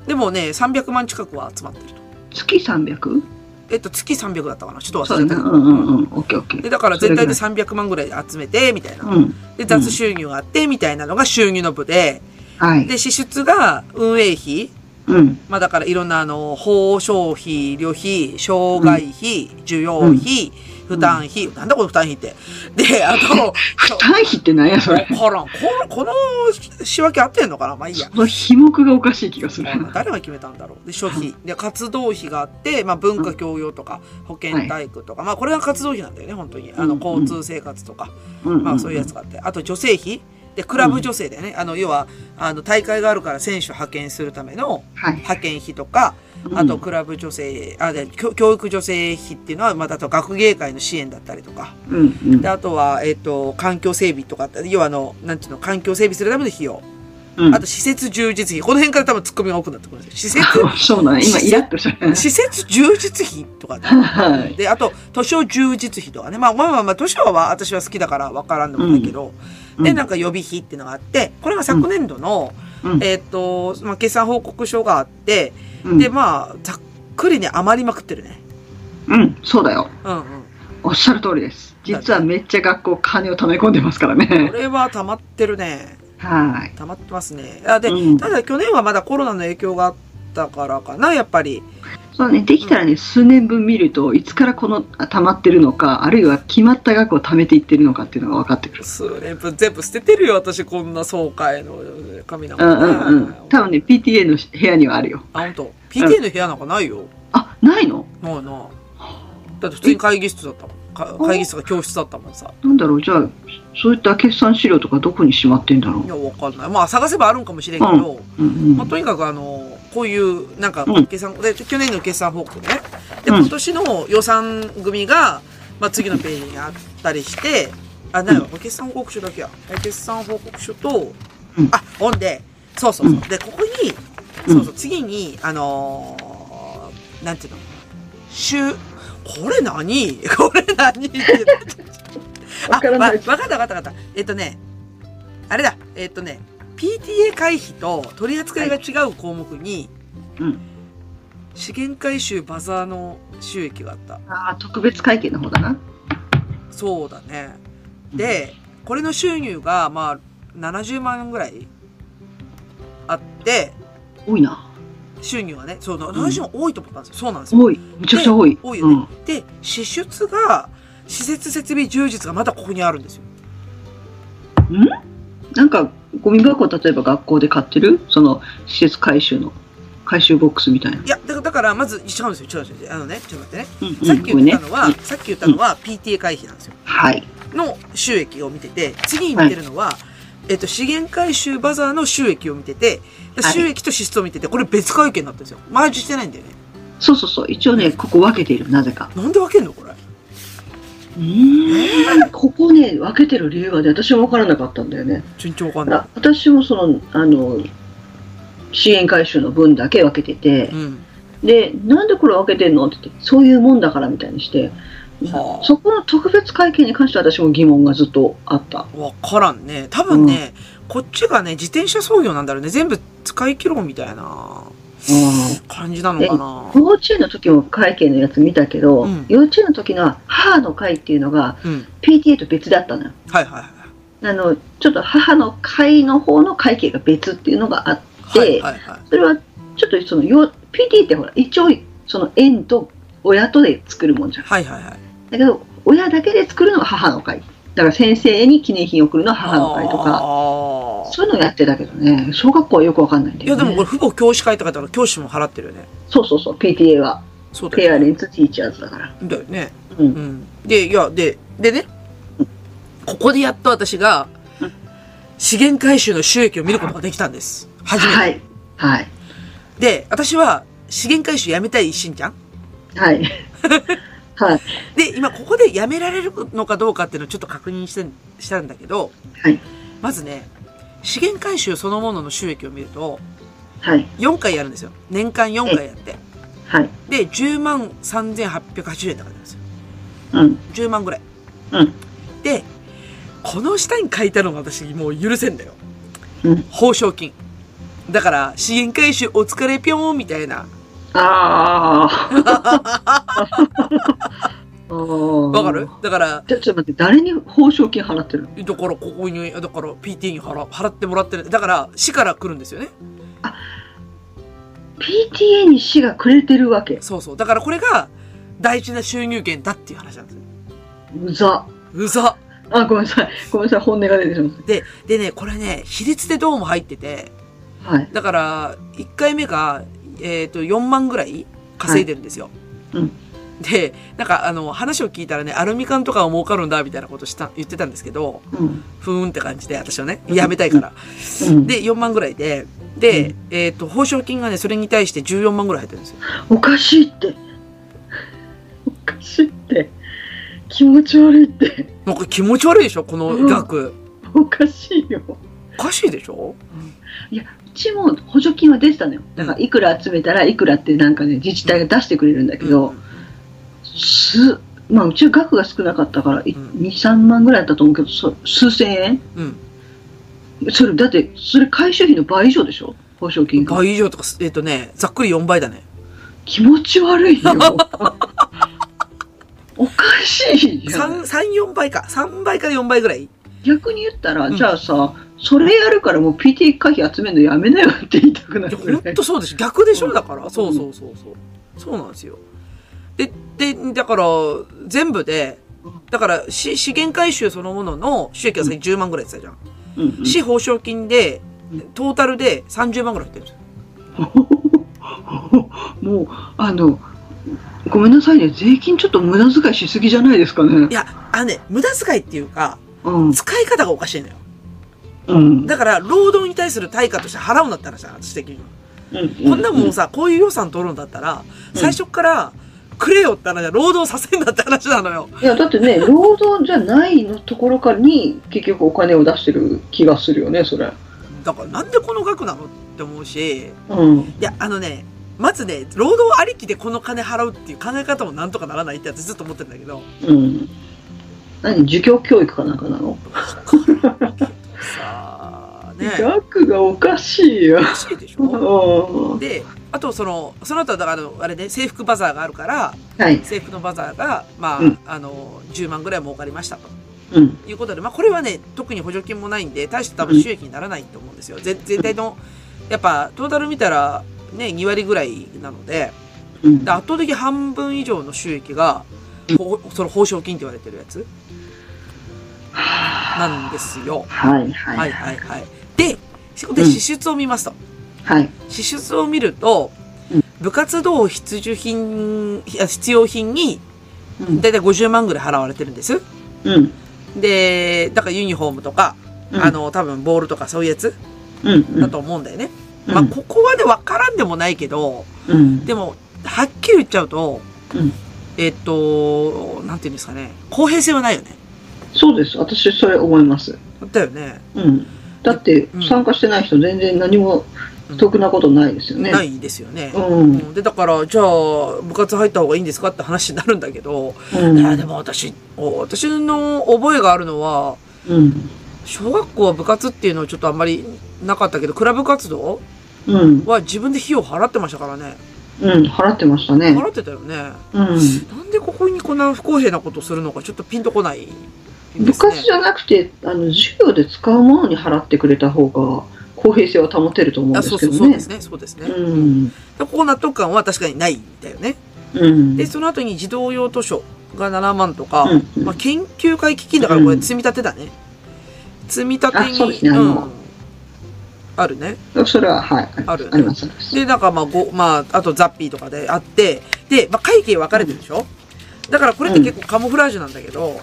Speaker 2: でもね、300万近くは集まってると。
Speaker 3: 月 300?
Speaker 2: えっと、月300だったかな、ちょっと
Speaker 3: そ
Speaker 2: 忘れ
Speaker 3: う
Speaker 2: た
Speaker 3: だ
Speaker 2: け
Speaker 3: ね。
Speaker 2: ど。
Speaker 3: うんうんうん。オッケーオッケ
Speaker 2: で、
Speaker 3: ー。
Speaker 2: だから全体で300万ぐらい集めて、みたいな。
Speaker 3: うん。
Speaker 2: で、雑収入があって、みたいなのが収入の部で、
Speaker 3: はい。
Speaker 2: で、支出が運営費、
Speaker 3: うん。
Speaker 2: まあだからいろんなあの、報奨費、旅費、障害費、需要費、負担費、なんだこの負担費って。で、あと、
Speaker 3: 負担費って何や そ
Speaker 2: わ
Speaker 3: れ。
Speaker 2: からん。この、この仕分け合ってんのかなまあいいや。
Speaker 3: その費目がおかしい気がする。
Speaker 2: 誰が決めたんだろうで、諸費。で、活動費があって、まあ文化教養とか、保健体育とか、まあこれが活動費なんだよね、本当に。あの、
Speaker 3: うん
Speaker 2: 交通生活とか、
Speaker 3: うん
Speaker 2: まあそういうやつ。があって。あと女性費で、クラブ女性だよね。あの、要は、あの、大会があるから選手派遣するための
Speaker 3: はい。
Speaker 2: 派遣費とか、
Speaker 3: うん
Speaker 2: あと、クラブ女性、あ、で、教教育女性費っていうのは、またあと学芸会の支援だったりとか、
Speaker 3: うんうん
Speaker 2: で、あとは、えっ、と、環境整備とか、要はあの、なんていうの、環境整備するための費用。
Speaker 3: うん。
Speaker 2: あと、施設充実費。この辺から多分ツッコミが多くなってくるんですよ。施
Speaker 3: そうなん今イラッとした。
Speaker 2: 設、施設充実費とか、ね。
Speaker 3: はい。
Speaker 2: で、あと、図書充実費とかね。まあまあまあまあ、図書は私は好きだからわからんでもないけど、
Speaker 3: うん
Speaker 2: で、
Speaker 3: うん
Speaker 2: なんか予備費っていうのがあって、これが昨年度の、
Speaker 3: うん
Speaker 2: えっ、と、まあ、決算報告書があって、
Speaker 3: うん
Speaker 2: で、まあ、ざっくりね、余りまくってるね。
Speaker 3: うん、そうだよ。
Speaker 2: うんうん。
Speaker 3: おっしゃる通りです。実はめっちゃ学校金を溜め込んでますから
Speaker 2: こ
Speaker 3: ね。
Speaker 2: れは溜まってるね。
Speaker 3: はい。
Speaker 2: 溜まってますね。あ、で、
Speaker 3: うん
Speaker 2: ただ去年はまだコロナの影響があったからかな、やっぱり。
Speaker 3: そうね、できたらね、数年分見ると、いつからこのあ溜まってるのか、あるいは決まった額を貯めていってるのかっていうのが分かってくる。
Speaker 2: 数年分全部捨ててるよ、私、こんな爽快の紙なん
Speaker 3: う
Speaker 2: か、
Speaker 3: んうんうん。多分ね、PTA の部屋にはあるよ。
Speaker 2: あ、ほんと。PTA の部屋なんかないよ。
Speaker 3: あ、ないの
Speaker 2: ないな。だって普通に会議室だったもん。か会議室が教室だったもんさ。
Speaker 3: なんだろう、じゃあ、そういった決算資料とかどこにしまってんだろ
Speaker 2: いや、わかんない。まあ、探せばあるんかもしれんけど、
Speaker 3: う。うんう
Speaker 2: まあ、
Speaker 3: ん。
Speaker 2: とにかくあの、こういう、なんか
Speaker 3: うん、
Speaker 2: 決算、で、去年の決算報告ね。で、
Speaker 3: うん
Speaker 2: 今年の予算組が、まあ、次のページにあったりして、あ、なんや、決算報告書だけや。決算報告書と、
Speaker 3: うん
Speaker 2: あ、ほんで、そうそうそう。
Speaker 3: うん
Speaker 2: で、ここに、
Speaker 3: うん
Speaker 2: そうそう、次に、あのーなんていうの、週、これ何 これ何って言って
Speaker 3: わからない
Speaker 2: あわわかったわかったわかった。えっとね、あれだ、えっとね、PTA 会費と取り扱いが違う項目に、
Speaker 3: うん
Speaker 2: 資源回収バザーの収益があった。
Speaker 3: あー特別会計の方だな。
Speaker 2: そうだね。で、これの収入が、まあ、70万ぐらいあって、
Speaker 3: 多いな。
Speaker 2: 収入はね、そう、70万多いと思ったんですよ。そうなんですよ。
Speaker 3: 多い。めちゃくちゃ多い。
Speaker 2: 多いよね。で、支出が、施設設備充実がまたここにあるんですよ。
Speaker 3: うん。なんか、ゴミ箱、例えば学校で買ってるその、施設回収の、回収ボックスみたいな。
Speaker 2: いや、だからだから、まず、違うんですよ。違うんですよ。あのね、ちょっと待ってね。
Speaker 3: うんうん
Speaker 2: さっき
Speaker 3: ごめん
Speaker 2: 言ったのは、
Speaker 3: ね
Speaker 2: さっき言ったのは PTA 会費なんですよ。
Speaker 3: はい。
Speaker 2: の収益を見てて、次に見てるのは、えっと、資源回収バザーの収益を見てて、で
Speaker 3: はい
Speaker 2: 収益と支出を見てて、これ別会計になってるんですよ。マージしてないんだよね。
Speaker 3: そうそうそう。一応ね、ここ分けている、なぜか。
Speaker 2: なんで分けんのこれ。
Speaker 3: うーん。ここね、分けてる理由がね、私も分からなかったんだよね。
Speaker 2: 順調わかんな
Speaker 3: な私もその、あの、資源回収の分だけ分けてて
Speaker 2: い。う、ん。
Speaker 3: で、なんでこれ分けてんのって言って、そういうもんだからみたいにして、
Speaker 2: はあ
Speaker 3: そこの特別会計に関しては私も疑問がずっとあった。
Speaker 2: わからんね。多分ね、こっちがね、自転車操業なんだろうね。全部使い切ろうみたいな感じなのかな。
Speaker 3: 幼稚園の時も会計のやつ見たけど、
Speaker 2: うん
Speaker 3: 幼稚園の時のは母の会っていうのが
Speaker 2: うん。
Speaker 3: PTA と別だったのよ。
Speaker 2: はいはいはい。
Speaker 3: あの、ちょっと母の会の方の会計が別っていうのがあって、
Speaker 2: はいはいはい。
Speaker 3: それはちょっとそのよ PT ってほら一応その園と親とで作るもんじゃん
Speaker 2: はいはいはい。
Speaker 3: だけど親だけで作るのは母の会だから先生に記念品を送るのは母の会とか
Speaker 2: あー
Speaker 3: そういうのやってたけどね小学校はよくわかんないんだ
Speaker 2: いや
Speaker 3: よ、
Speaker 2: で
Speaker 3: ね、
Speaker 2: もこれ父母教師会って書いてあるから教師も払ってるよね。
Speaker 3: そうそうそう PTA は
Speaker 2: そうだ
Speaker 3: ペア
Speaker 2: よね。
Speaker 3: レンツティーチャーズだから
Speaker 2: だよね。
Speaker 3: う
Speaker 2: うんん。で、いや、で、でね、ここでやっと私が
Speaker 3: うん、
Speaker 2: 資源回収の収益を見ることができたんです。初めて。
Speaker 3: はいはい
Speaker 2: で、私は、資源回収やめたい一心じゃん
Speaker 3: はい はい
Speaker 2: で、今ここでやめられるのかどうかっていうのをちょっと確認してん、したんだけど、
Speaker 3: はい
Speaker 2: まずね、資源回収そのものの収益を見ると、
Speaker 3: はい
Speaker 2: 4回やるんですよ。年間4回やって。
Speaker 3: はい
Speaker 2: で、10万3880円だからなんですよ。
Speaker 3: うん
Speaker 2: 10万ぐらい。
Speaker 3: うん
Speaker 2: で、この下に書いてあるのが私もう許せんだよ。
Speaker 3: うん
Speaker 2: 報奨金。だから、資源回収お疲れぴょーんみたいな。
Speaker 3: あーあー
Speaker 2: わかるだから、
Speaker 3: ちょちょっと待って誰に報奨金払ってるの
Speaker 2: だからここに、だから PT に払払ってもらってる。だから、市から来るんですよね。
Speaker 3: PTA に市がくれてるわけ。
Speaker 2: そうそう。だからこれが大事な収入源だっていう話なんですよ。
Speaker 3: うざ。
Speaker 2: うざ。
Speaker 3: あ、ごめんなさい。 ごめんなさい。本音が出てしまっ
Speaker 2: で、でね、これね、比率でどうも入ってて、
Speaker 3: た。はい。
Speaker 2: だから、1回目が、えっ、と、4万ぐらい稼いでるんですよ。
Speaker 3: はいうん
Speaker 2: で、なんか、あの、話を聞いたらね、アルミ缶とかは儲かるんだ、みたいなことした、言ってたんですけど、
Speaker 3: うん。
Speaker 2: ふーんって感じで、私はね、やめたいから。
Speaker 3: うん、
Speaker 2: で、4万ぐらいで、で、
Speaker 3: う
Speaker 2: えっ、と、報奨金がね、それに対して14万ぐらい入ってるんですよ。
Speaker 3: おかしいって。 おかしいって。気持ち悪いって。
Speaker 2: なんか気持ち悪いでしょこの額。
Speaker 3: おかしいよ。
Speaker 2: おかしいでしょ
Speaker 3: うちも補助金は出てたのよ。だから、いくら集めたらいくらってなんかね、自治体が出してくれるんだけど、す、まあ、うちは額が少なかったから、い
Speaker 2: うん
Speaker 3: 2、3万ぐらいだったと思うけど、そ数千円
Speaker 2: うん。
Speaker 3: それ、だって、それ回収費の倍以上でしょ報奨金が。
Speaker 2: 倍以上とか、えっ、とね、ざっくり4倍だね。
Speaker 3: 気持ち悪いよ。おかしいじゃん
Speaker 2: 3、4倍か。3倍から4倍ぐらい。
Speaker 3: 逆に言ったら、
Speaker 2: うん
Speaker 3: じゃあさそれやるからもう PT 会費集めるのやめなよって言いたくない
Speaker 2: や、
Speaker 3: る
Speaker 2: ほんとそう でしょ。逆でしょだから。そうそうそうそう。そうなんですよ。で、で、だから、全部で、だから、し資源回収そのものの収益がさっき10万ぐらいって言ってたじ
Speaker 3: うんうん
Speaker 2: ゃん。市報奨金で
Speaker 3: うん、
Speaker 2: トータルで30万ぐらい入ってるんですよ。
Speaker 3: もうあのごめんなさいね税金ちょっと無駄遣いしすぎじゃないですかね
Speaker 2: いや、あのね、無駄遣いっていうか、
Speaker 3: うん
Speaker 2: 使い方がおかしいのよ。
Speaker 3: うん
Speaker 2: だから、労働に対する対価として払うなって話だ、私的には。こんなもんさ、こういう予算取るんだったら、最初から、くれよって話だ、労働させんだって話なのよ。
Speaker 3: いやだってね労働じゃないのところからに結局お金を出してる気がするよねそれ
Speaker 2: だから、なんでこの額なのって思うし、い
Speaker 3: うん
Speaker 2: や、あのね、まずね、労働ありきでこの金払うっていう考え方もなんとかならないって私ずっと思ってるんだけど、
Speaker 3: うん何儒教教育かなんかなの
Speaker 2: さあ、ね、
Speaker 3: 額がおかしいよ
Speaker 2: おかしいでし
Speaker 3: うん
Speaker 2: ょ
Speaker 3: は
Speaker 2: で、あとその、その後はだからあの、あれね、制服バザーがあるから、
Speaker 3: い
Speaker 2: 制服のバザーが、まあ、
Speaker 3: うん
Speaker 2: あの、10万ぐらい儲かりましたと。
Speaker 3: うん
Speaker 2: いうことで、まあ、これはね、特に補助金もないんで、大して多分収益にならないと思うんです よ。全全体の、やっぱ、トータル見たら、ね、2割ぐらいなので、
Speaker 3: うん
Speaker 2: で圧倒的半分以上の収益が、ほその報奨金って言われてるやつなんですよ。
Speaker 3: はいはい
Speaker 2: はいはいはい。で、そこで
Speaker 3: うん
Speaker 2: 支出を見ますと。
Speaker 3: はい
Speaker 2: 支出を見ると
Speaker 3: うん、
Speaker 2: 部活動必需品、いや必要品に、
Speaker 3: うん
Speaker 2: だいたい50万ぐらい払われてるんです。
Speaker 3: うん
Speaker 2: で、だからユニフォームとか、
Speaker 3: うん
Speaker 2: あの、多分ボールとかそういうやつ
Speaker 3: うんうん
Speaker 2: だと思うんだよね。
Speaker 3: うん
Speaker 2: まあ、ここはね、わからんでもないけど、
Speaker 3: うん
Speaker 2: でも、はっきり言っちゃうと、
Speaker 3: うん
Speaker 2: えっと、なんていうんですかね、公平性はないよね。
Speaker 3: そうです私それ思います
Speaker 2: だよね。
Speaker 3: うんだって
Speaker 2: うん
Speaker 3: 参加してない人全然何も得なことないですよね
Speaker 2: ないですよね
Speaker 3: う。
Speaker 2: うんんで、だから、じゃあ、部活入った方がいいんですかって話になるんだけど、
Speaker 3: うん
Speaker 2: いや、でも私、お私の覚えがあるのは、
Speaker 3: うん
Speaker 2: 小学校は部活っていうのはちょっとあんまりなかったけど、クラブ活動
Speaker 3: うん
Speaker 2: は自分で費用払ってましたからね。
Speaker 3: うん払ってましたね
Speaker 2: 払ってたよね。
Speaker 3: うん
Speaker 2: なんでここにこんな不公平なことするのかちょっとピンとこないです、ね。
Speaker 3: 部活じゃなくて、あの、授業で使うものに払ってくれた方が、公平性は保てると思うん
Speaker 2: あ
Speaker 3: で
Speaker 2: そう
Speaker 3: す
Speaker 2: そ
Speaker 3: け
Speaker 2: うそう
Speaker 3: ど
Speaker 2: で
Speaker 3: ね
Speaker 2: す。ね。そうですね。
Speaker 3: う
Speaker 2: で
Speaker 3: ん。
Speaker 2: ここ納得感は確かにないんだよね。
Speaker 3: うん。
Speaker 2: で、その後に児童用図書が7万とか、
Speaker 3: うん
Speaker 2: まあ、研究会基金だからこれ積み立てだね。積み立て
Speaker 3: あ
Speaker 2: に、
Speaker 3: そうですねあの
Speaker 2: ん。あるね。
Speaker 3: それは、はい。
Speaker 2: ある
Speaker 3: あります、あります。
Speaker 2: で、なんかまあ、ご、まあ、あとザッピーとかであって、で、まあ、会計分かれてるでしょだからこれって結構カモフラージュなんだけど、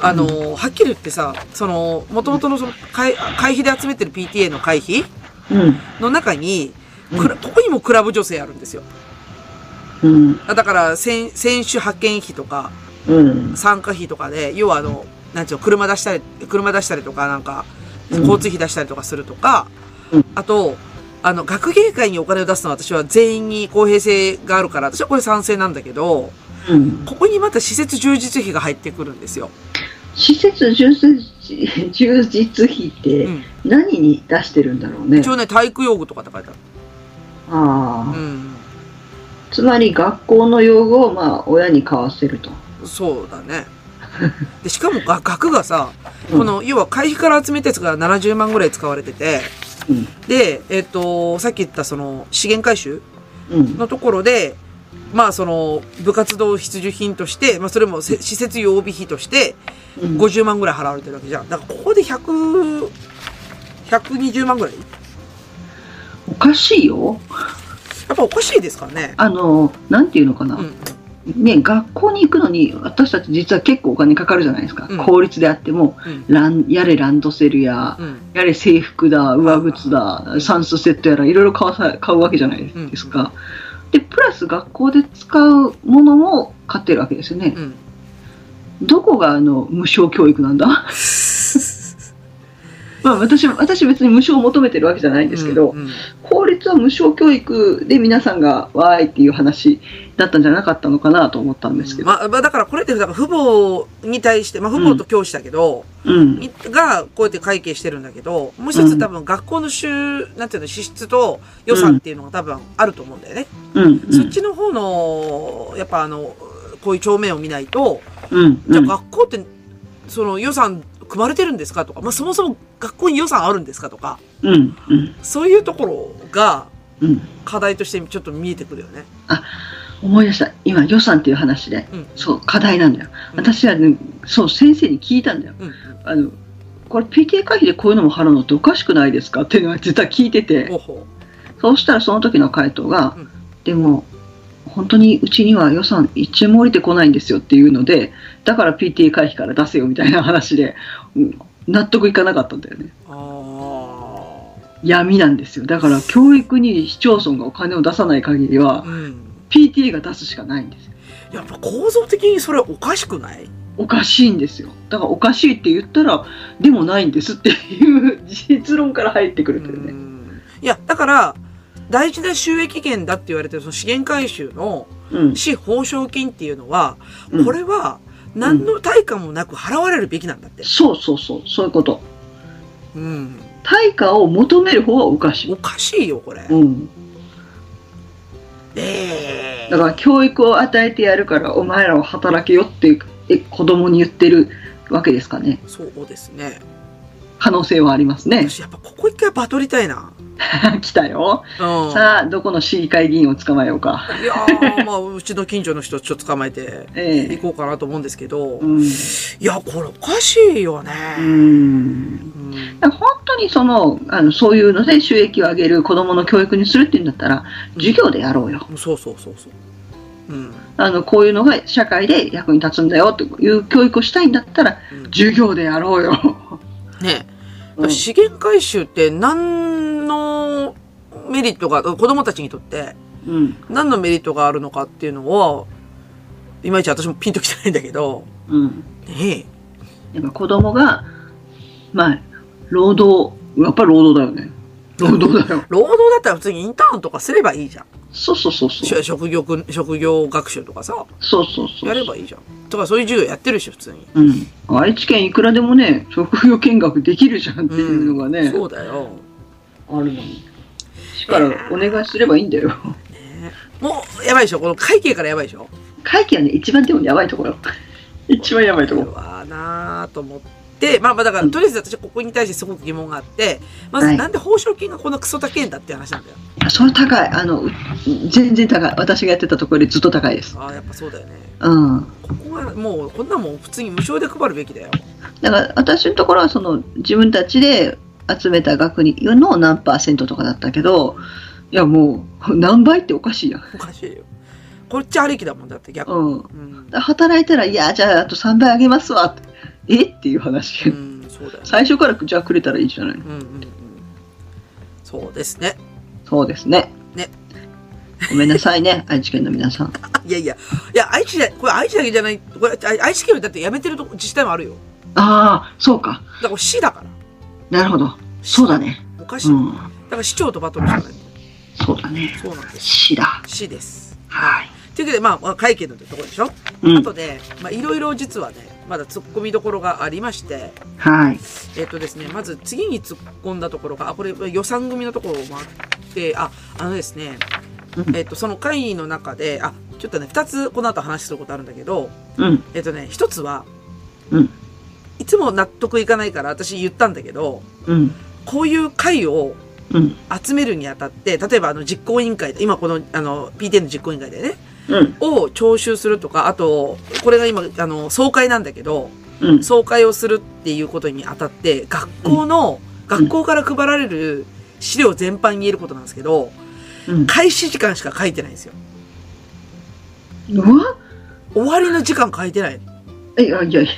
Speaker 2: あのー、はっきり言ってさ、その、元々のその、会、会費で集めてる PTA の会費
Speaker 3: うん。
Speaker 2: の中に、クラここにもクラブ女性あるんですよ。
Speaker 3: うん。
Speaker 2: あだから、選、選手派遣費とか、
Speaker 3: うん。
Speaker 2: 参加費とかで、要はあの、なんていうの、車出したり、車出したりとか、なんか、
Speaker 3: うん
Speaker 2: 交通費出したりとかするとか、
Speaker 3: うん
Speaker 2: あと、あの、学芸会にお金を出すのは私は全員に公平性があるから、私はこれ賛成なんだけど、
Speaker 3: うん。
Speaker 2: ここにまた施設充実費が入ってくるんですよ。
Speaker 3: 施設充実、充実費って
Speaker 2: うん。
Speaker 3: 何に出してるんだろうね
Speaker 2: 一。応ね、体育用具とかって書いてある。
Speaker 3: あ
Speaker 2: う
Speaker 3: あ。
Speaker 2: ん。
Speaker 3: つまり学校の用語を、まあ、親に買わせると。
Speaker 2: そうだね。で、しかもが額がさ、
Speaker 3: うん
Speaker 2: この、要は会費から集めたやつが70万ぐらい使われてて、
Speaker 3: うん。
Speaker 2: で、えっ、と、さっき言ったその、資源回収
Speaker 3: うん。
Speaker 2: のところで、まあその、部活動必需品として、まあそれもせ施設用備費として、
Speaker 3: うん。
Speaker 2: 50万ぐらい払われてるわけじゃん。だからここで100、120万ぐらいや
Speaker 3: おかしいよ。
Speaker 2: っぱおかしいですからね。
Speaker 3: あの、なんていうのかな。
Speaker 2: うん。
Speaker 3: ね、学校に行くのに私たち実は結構お金かかるじゃないですか、
Speaker 2: うん
Speaker 3: 公立であっても
Speaker 2: うん。
Speaker 3: ランやれランドセルや、
Speaker 2: うん。
Speaker 3: やれ制服だ上靴だ酸素セットやらいろいろ買わさ買うわけじゃないですか、でプラス学校で使うものも買ってるわけですよね
Speaker 2: う、ん。
Speaker 3: どこがあの無償教育なんだ まあ私私別に無償を求めてるわけじゃないんですけど、
Speaker 2: うん。
Speaker 3: 公立は無償教育で皆さんがわーいっていう話だったんじゃなかったのかなと思ったんですけど、
Speaker 2: まあ、まあだからこれって、だから父母に対して、まあ父母と教師だけど、
Speaker 3: うん
Speaker 2: にがこうやって会計してるんだけど、もう一つ多分学校の収、なんていうの、支出と予算っていうのが多分あると思うんだよね。
Speaker 3: うんうん
Speaker 2: そっちの方の、やっぱあの、こういう帳面を見ないと、
Speaker 3: うん、
Speaker 2: じゃあ
Speaker 3: うん
Speaker 2: 学校って、その予算組まれてるんですかとか、まあそもそも学校に予算あるんですかとか、
Speaker 3: うん、うん、
Speaker 2: そういうところが
Speaker 3: うん。
Speaker 2: 課題としてちょっと見えてくるよね。
Speaker 3: 思い出した。今、予算っていう話で。
Speaker 2: うん
Speaker 3: そう、課題なんだよ。
Speaker 2: うん
Speaker 3: 私はね、そう、先生に聞いたんだよ。
Speaker 2: うん。
Speaker 3: あの、これ PTA 会費でこういうのも払うのっておかしくないですかっていうのは実は聞いてて、
Speaker 2: 方法。
Speaker 3: そうしたらその時の回答が、
Speaker 2: うん
Speaker 3: でも、本当にうちには予算一円も降りてこないんですよっていうので、だから PTA 会費から出せよみたいな話で、うん納得いかなかったんだよね。
Speaker 2: あ
Speaker 3: 闇なんですよ。だから教育に市町村がお金を出さない限り
Speaker 2: あ。
Speaker 3: は
Speaker 2: う、ん。
Speaker 3: PTA が出すしかないんです。
Speaker 2: やっぱ構造的にそれおかしくない
Speaker 3: おかしいんですよ。だからおかしいって言ったら、でもないんですっていう 実論から入ってくるんだよね。
Speaker 2: いや、だから、大事な収益源だって言われてるその資源回収の
Speaker 3: うん。
Speaker 2: 死報奨金っていうのは、
Speaker 3: うん
Speaker 2: これは何の対価もなく払われるべきなんだって。
Speaker 3: そうそうそう、そういうこと。
Speaker 2: うん。
Speaker 3: 対価を求める方はおかしい
Speaker 2: お。かしいよ、これ。
Speaker 3: うん。
Speaker 2: ええ
Speaker 3: だから教育を与えてやるから、お前らを働けよっていうえ子供に言ってるわけですかね。
Speaker 2: そうですね。
Speaker 3: 可能性はありますね。
Speaker 2: 私やっぱここ一回バトりたいな。
Speaker 3: 来たよ。
Speaker 2: うん。
Speaker 3: さあ、どこの市議会議員を捕まえようか。
Speaker 2: いやー、まあ、うちの近所の人ちょっと捕まえて
Speaker 3: ええ
Speaker 2: 行こうかなと思うんですけど、
Speaker 3: うん。
Speaker 2: いや、これおかしいよね。
Speaker 3: うん。
Speaker 2: うん
Speaker 3: だから本当にそのあのそういうので収益を上げる子どもの教育にするっていうんだったら授業でやろうよ
Speaker 2: そうそうそうそう。うん。
Speaker 3: あのこういうのが社会で役に立つんだよっていう教育をしたいんだったら
Speaker 2: うん
Speaker 3: 授業でやろうよ、
Speaker 2: ね
Speaker 3: うん
Speaker 2: 資源回収って何のメリットが、子供たちにとって
Speaker 3: うん
Speaker 2: 何のメリットがあるのかっていうのを、いまいち私もピンときてないんだけど、
Speaker 3: うん、
Speaker 2: ね
Speaker 3: やっぱ子どもがまあ労働やっぱ労働だよね労働だよ
Speaker 2: 労働だったら普通にインターンとかすればいいじゃん。
Speaker 3: そうそうそうそう
Speaker 2: し職業く、職業学習とかさ、
Speaker 3: そうそうそう
Speaker 2: やればいいじゃん。とかそういう授業やってるし、普通に。
Speaker 3: うん、愛知県いくらでもね職業見学できるじゃんっていうのがね、
Speaker 2: うんそうだよ。
Speaker 3: あるのに市からお願いすればいいんだよ
Speaker 2: もう、やばいでしょこの会計からやばいでしょ
Speaker 3: 会計はね、一番でもやばいところ。一番やばいと
Speaker 2: こ
Speaker 3: こ
Speaker 2: れ
Speaker 3: ろ。
Speaker 2: はなぁと思って、まあまあだから、とりあえず私はここに対してすごく疑問があって、まず
Speaker 3: はい
Speaker 2: なんで報奨金がこんなクソ高いんだって話なんだよ。
Speaker 3: それ高い。あの、う全然高い。私がやってたところよりずっと高いです。
Speaker 2: ああ、やっぱそうだよね。
Speaker 3: うん。
Speaker 2: ここはもう、こんなもん普通に無償で配るべきだよ。
Speaker 3: だから、私のところは、その、自分たちで集めた額に言うのを何パーセントとかだったけど、いや、もう、何倍っておかしいやん。
Speaker 2: おかしいよ。こっちありきだもんだって逆。
Speaker 3: う
Speaker 2: う
Speaker 3: ん。
Speaker 2: ん。
Speaker 3: 働いたら、いや、じゃあ、あと3倍あげますわって。えっていう
Speaker 2: う
Speaker 3: 話。
Speaker 2: ん、そうだよ、ね。
Speaker 3: 最初から、じゃあくれたらいいじゃないの
Speaker 2: う。んうんうん。そうですね。
Speaker 3: そうですね。
Speaker 2: ね。
Speaker 3: ごめんなさ いね、愛知県の皆さん。
Speaker 2: いやいや、いや、愛知で、これ愛知だけじゃない、これあ愛知県はだってやめてるとこ自治体もあるよ。
Speaker 3: ああ、そうか。
Speaker 2: だから市だから。
Speaker 3: なるほど。そうだね。
Speaker 2: おかしい。
Speaker 3: う
Speaker 2: だ
Speaker 3: ん。
Speaker 2: から市長とバトルしかない。
Speaker 3: そうだね。
Speaker 2: そうなんです。
Speaker 3: 死だ。
Speaker 2: 市です。
Speaker 3: はい。
Speaker 2: というわけで、まあまあ、会見のところでしょ、
Speaker 3: う
Speaker 2: あ
Speaker 3: ん。
Speaker 2: とね、まあ、いろいろ実はね、まだ突っ込みどころがありまして、
Speaker 3: はい。
Speaker 2: えっ、とですね、まず次に突っ込んだところが、あ、これ予算組のところもあって、あ、あのですね、
Speaker 3: うん
Speaker 2: えっ、と、その会議の中で、あ、ちょっとね、二つこの後話することあるんだけど、
Speaker 3: うん。
Speaker 2: えっ、とね、一つは、
Speaker 3: うん。
Speaker 2: いつも納得いかないから私言ったんだけど、
Speaker 3: うん。
Speaker 2: こういう会を
Speaker 3: うん。
Speaker 2: 集めるにあたって、例えばあの実行委員会、今このあの PTA の実行委員会でね、
Speaker 3: うん。
Speaker 2: を徴収するとか、あと、これが今、あの、総会なんだけど、
Speaker 3: うん。
Speaker 2: 総会をするっていうことにあたって、学校の、学校から配られる資料全般に言えることなんですけど、
Speaker 3: うん。
Speaker 2: 開始時間しか書いてないんですよ。
Speaker 3: うわ
Speaker 2: 終わりの時間書いてない。
Speaker 3: いやいやいや。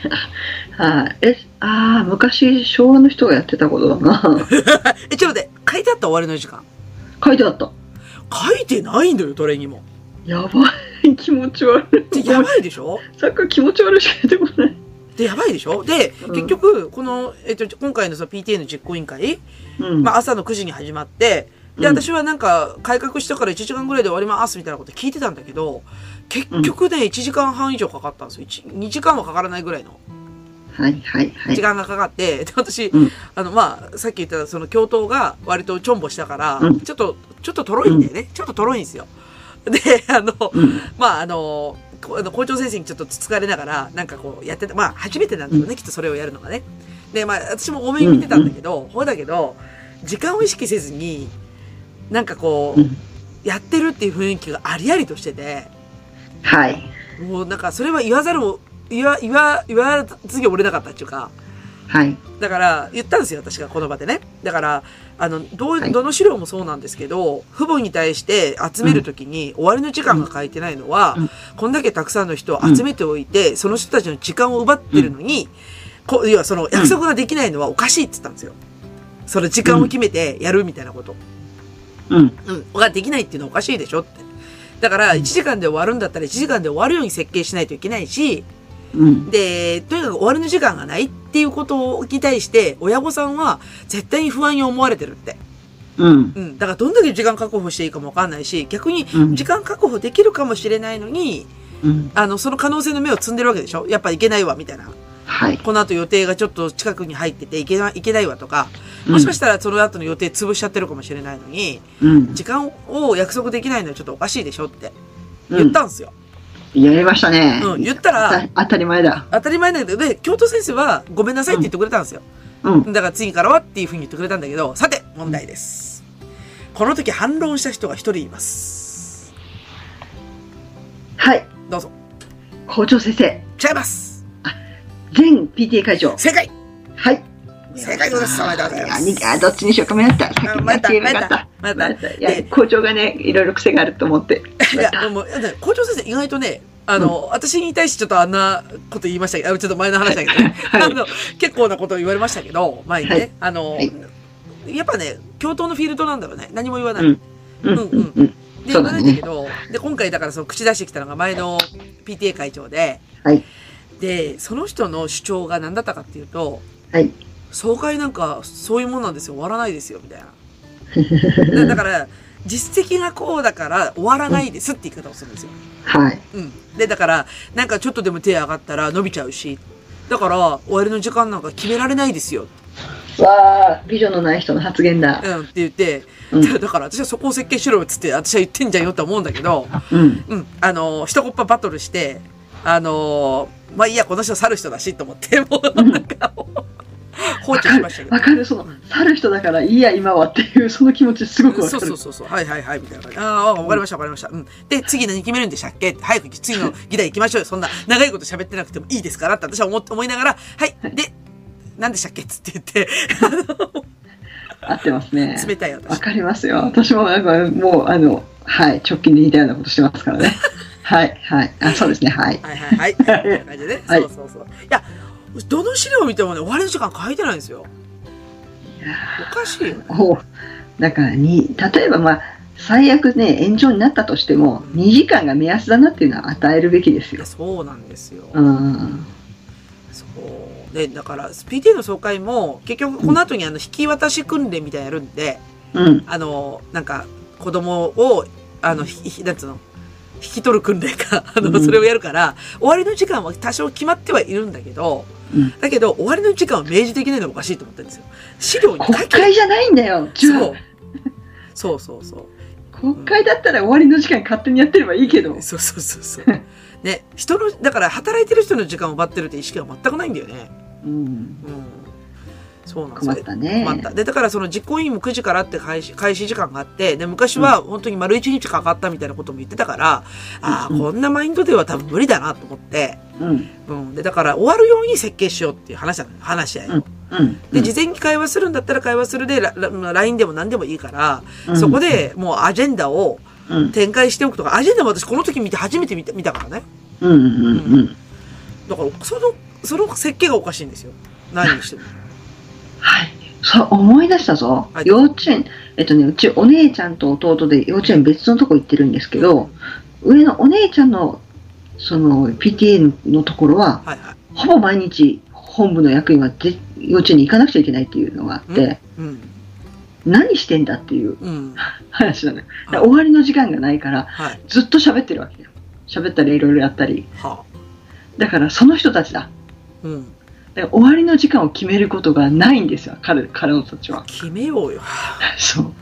Speaker 3: はい。え、ああ、昔、昭和の人がやってたことだ な。
Speaker 2: え、ちょっと待って、書いてあった終わりの時間。
Speaker 3: 書いてあった。
Speaker 2: 書いてないんだよ、どれにも。
Speaker 3: やばい。気持ち悪
Speaker 2: で、
Speaker 3: い。
Speaker 2: やばいでしょ
Speaker 3: さっきから気持ち悪いしか出てこない。
Speaker 2: で、やばいでしょで、
Speaker 3: うん
Speaker 2: 結局、この、えっと、今回のその PTA の実行委員会、
Speaker 3: うん。
Speaker 2: まあ、朝の9時に始まって、で、
Speaker 3: うん
Speaker 2: 私はなんか、改革してから1時間ぐらいで終わります、みたいなこと聞いてたんだけど、結局ね、1時間半以上かかったんですよ。1 2時間はかからないぐらいの
Speaker 3: はいはいはい
Speaker 2: 時。間がかかって、で、私
Speaker 3: うん、
Speaker 2: あの、まあ、さっき言ったその教頭が割とちょんぼしたから
Speaker 3: うん、
Speaker 2: ちょっと、ちょっととろいんだよね。ちょっととろいんですよ。で、あの、
Speaker 3: うん。
Speaker 2: まあ、あの、こあの校長先生にちょっと疲れながら、なんかこうやってた、まあ初めてなんだろうね、きっとそれをやるのがね。で、まあ私も多めに見てたんだけど、ほうだけど、時間を意識せずに、なんかこ
Speaker 3: うん
Speaker 2: う、やってるっていう雰囲気がありありとしてて、
Speaker 3: はい。
Speaker 2: もうなんかそれは言わざるを、言わ、言わ、言わずに折れなかったっていうか、
Speaker 3: はい。
Speaker 2: だから、言ったんですよ、私がこの場でね。だから、あの、ど
Speaker 3: は
Speaker 2: う、
Speaker 3: い
Speaker 2: どの資料もそうなんですけど、父母に対して集めるときに、終わりの時間が書いてないのは、
Speaker 3: うん
Speaker 2: こんだけたくさんの人を集めておいて、その人たちの時間を奪ってるのに、こ要はその約束ができないのはおかしいって言ったんですよ。その時間を決めてやるみたいなこと。
Speaker 3: うん。
Speaker 2: うん、ができないっていうのはおかしいでしょって。だから、1時間で終わるんだったら1時間で終わるように設計しないといけないし、
Speaker 3: うん。
Speaker 2: で、とにかく終わりの時間がないっていうことに対して、親御さんは絶対に不安に思われてるって。
Speaker 3: うん。
Speaker 2: うん。だからどんだけ時間確保していいかもわかんないし、逆に
Speaker 3: うん
Speaker 2: 時間確保できるかもしれないのに、
Speaker 3: うん。
Speaker 2: あの、その可能性の目を摘んでるわけでしょやっぱいけないわ、みたいな。
Speaker 3: はい。
Speaker 2: この後予定がちょっと近くに入ってていけない、いけないわとか、
Speaker 3: うん
Speaker 2: もしかしたらその後の予定潰しちゃってるかもしれないのに、
Speaker 3: うん。
Speaker 2: 時間を約束できないのはちょっとおかしいでしょって言ったんですよ。
Speaker 3: やりましたね。
Speaker 2: うん言ったら
Speaker 3: あ当たり前だ。
Speaker 2: 当たり前なんだけど、で、教頭先生はごめんなさいって言ってくれたんですよ。
Speaker 3: うん。
Speaker 2: だから次からはっていうふうに言ってくれたんだけど、さて、問題です。この時反論した人が一人います。
Speaker 3: はい。
Speaker 2: どうぞ。
Speaker 3: 校長先生。
Speaker 2: 違います。
Speaker 3: 前 PTA 会長。
Speaker 2: 正解
Speaker 3: はい。
Speaker 2: 正解でございますおめでとうございます
Speaker 3: いやどっちにしようか迷った。
Speaker 2: あ迷った
Speaker 3: 先にやってよか
Speaker 2: 迷った迷った
Speaker 3: 迷ったいや
Speaker 2: で
Speaker 3: 校長がね、いろいろ癖があると思って。
Speaker 2: いや、でもう、でも校長先生意外とね、あの、私に対してちょっとあんなこと言いましたけど、あちょっと前の話だけどね、
Speaker 3: はい
Speaker 2: あの、結構なことを言われましたけど、前にね、
Speaker 3: はい
Speaker 2: あの、
Speaker 3: はい
Speaker 2: やっぱね、教頭のフィールドなんだろうね。何も言わない。
Speaker 3: うんう
Speaker 2: う
Speaker 3: ん
Speaker 2: ん
Speaker 3: うんうん。
Speaker 2: で、
Speaker 3: そ
Speaker 2: 言
Speaker 3: う
Speaker 2: わ
Speaker 3: だ
Speaker 2: な
Speaker 3: ね
Speaker 2: いんだけど、で、今回だからその口出してきたのが前の PTA 会長で、
Speaker 3: はい。
Speaker 2: で、その人の主張が何だったかっていうと、
Speaker 3: はい。
Speaker 2: 総会なんかそういうもんなんですよ終わらないですよみたい なだだから実績がこうだから終わらないですって言い方をするんですよ、
Speaker 3: はい。
Speaker 2: うん、でだからなんかちょっとでも手上がったら伸びちゃうしだから終わりの時間なんか決められないですよ、
Speaker 3: わあ、美女のない人の発言だ。
Speaker 2: うん、って言って、
Speaker 3: うん
Speaker 2: だから私はそこを設計しろよっつって私は言ってんじゃんよって思うんだけど、
Speaker 3: うん。
Speaker 2: うん、あのー、一コッパバトルして、あのー、まあいいやこの人去る人だしと思って もうなんかもう放
Speaker 3: わ
Speaker 2: 置
Speaker 3: か
Speaker 2: し
Speaker 3: る
Speaker 2: ましたけ。ど
Speaker 3: わかる。その、去る人だからいいや、今はっていう、その気持ちすごくわ
Speaker 2: そ
Speaker 3: か
Speaker 2: うそう
Speaker 3: る。
Speaker 2: そうそう。はいはいはい。みたいな感じ。ああ、わかりましたわかりました。うん。で、次何決めるんでしたっけ早く次の議題行きましょうよ。そんな長いこと喋ってなくてもいいですからって私は思って思いながら、はい。で、何でしたっけつって言って、
Speaker 3: 合ってますね。
Speaker 2: 冷たい私
Speaker 3: わ。かりますよ。私も、なんか、もう、あの、はい、直近で似たようなことしてますからね。 はい、はい。あ、そうですね、はい。
Speaker 2: はいはいはい。みたいな感じでね。
Speaker 3: はい
Speaker 2: そうそうそう。いや、どの資料を見てもね、終わりの時間書いてないんですよ。おかしいよね。
Speaker 3: おだからに例えばまあ最悪ね炎上になったとしても2時間が目安だなっていうのは与えるべきで
Speaker 2: い
Speaker 3: す
Speaker 2: や
Speaker 3: よ。
Speaker 2: そうなんですよ。
Speaker 3: うん、
Speaker 2: そう。で、だから、PTA の総会も、結局この後にあの、引き渡し訓練みたいなのやるんで、
Speaker 3: うん、
Speaker 2: あの、なんか、子供を、あの、ひ、ひなんつうの、引き取る訓練か、 あ
Speaker 3: う
Speaker 2: の、
Speaker 3: ん
Speaker 2: それをやるから、終わりの時間は多少決まってはいるんだけど、
Speaker 3: うん
Speaker 2: だけど、終わりの時間を明示できないのがおかしいと思ってるんですよ。資料に書
Speaker 3: 国
Speaker 2: きゃ
Speaker 3: 会じゃないんだよじゃ
Speaker 2: そう
Speaker 3: あ。
Speaker 2: そうそうそう。
Speaker 3: 国会だったら終わりの時間勝手にやってればいいけど
Speaker 2: そうそうそうそう。ね、人の、だから働いてる人の時間を奪ってるって意識は全くないんだよね。
Speaker 3: うん、
Speaker 2: うん。そうなんです
Speaker 3: 困
Speaker 2: よ
Speaker 3: ったね
Speaker 2: 困った。で、だからその実行委員も9時からって開始、開始時間があって、で、昔は本当に丸1日かかったみたいなことも言ってたから、ああ、
Speaker 3: うん
Speaker 2: こんなマインドでは多分無理だなと思って、
Speaker 3: うん
Speaker 2: うん。で、だから終わるように設計しようっていう話だ、話し合いを。
Speaker 3: うん
Speaker 2: で、事前に会話するんだったら会話するで、ララまあ LINE でも何でもいいから、
Speaker 3: うん
Speaker 2: そこでもうアジェンダを
Speaker 3: うん
Speaker 2: 展開しておくとか、アジェンダも私この時見て初めて見た見たからね。
Speaker 3: うんうんうん
Speaker 2: だから、その、その設計がおかしいんですよ。何にしても。
Speaker 3: はいそう思い出したぞ、
Speaker 2: はい
Speaker 3: 幼稚園えっとねうちお姉ちゃんと弟で幼稚園別のとこ行ってるんですけど上のお姉ちゃんのその PTA のところは
Speaker 2: はいはい。
Speaker 3: ほぼ毎日本部の役員はぜ幼稚園に行かなくちゃいけないっていうのがあって、
Speaker 2: うん。
Speaker 3: 何してんだっていう
Speaker 2: うん。
Speaker 3: 話なのよ。だから
Speaker 2: はい
Speaker 3: 終わりの時間がないから、
Speaker 2: はい。
Speaker 3: ずっと喋ってるわけよ。喋ったりいろいろやったり。
Speaker 2: はあ。
Speaker 3: だからその人たちだ。
Speaker 2: うん。
Speaker 3: だから終わりの時間を決めることがないんですよ、彼彼のたちは。
Speaker 2: 決めようよ。
Speaker 3: そ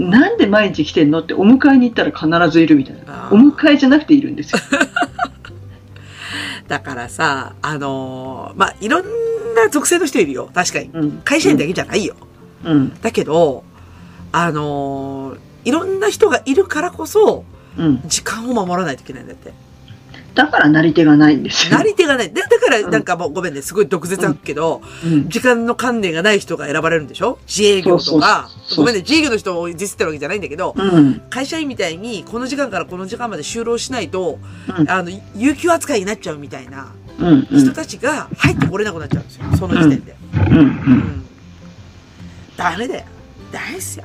Speaker 3: う。なんで毎日来てんのってお迎えに行ったら必ずいるみたい
Speaker 2: あ
Speaker 3: な。お
Speaker 2: ー
Speaker 3: 迎えじゃなくているんですよ。
Speaker 2: だからさ、あのーまあ、いろんな属性の人いるよ。確かに。
Speaker 3: うん
Speaker 2: 会社員だけじゃないよ。
Speaker 3: うん
Speaker 2: だけど、あのーいろんな人がいるからこそ、
Speaker 3: うん
Speaker 2: 時間を守らないといけないんだ って。
Speaker 3: だからなり手がないんですよ
Speaker 2: なり手がない。でだから、なんかもうごめんね、すごい毒舌だけど、
Speaker 3: うん
Speaker 2: 時間の観念がない人が選ばれるんでしょ自営業とか
Speaker 3: そうそうそう。
Speaker 2: ごめんね、自営業の人をディスってるわけじゃないんだけど、
Speaker 3: うん
Speaker 2: 会社員みたいに、この時間からこの時間まで就労しないと、
Speaker 3: うん
Speaker 2: あの、有給扱いになっちゃうみたいな
Speaker 3: うんう
Speaker 2: 人
Speaker 3: ん
Speaker 2: たちが入ってこれなくなっちゃうんですよ。その時点で。
Speaker 3: う
Speaker 2: うんん。ダメだよ。ダメっすよ。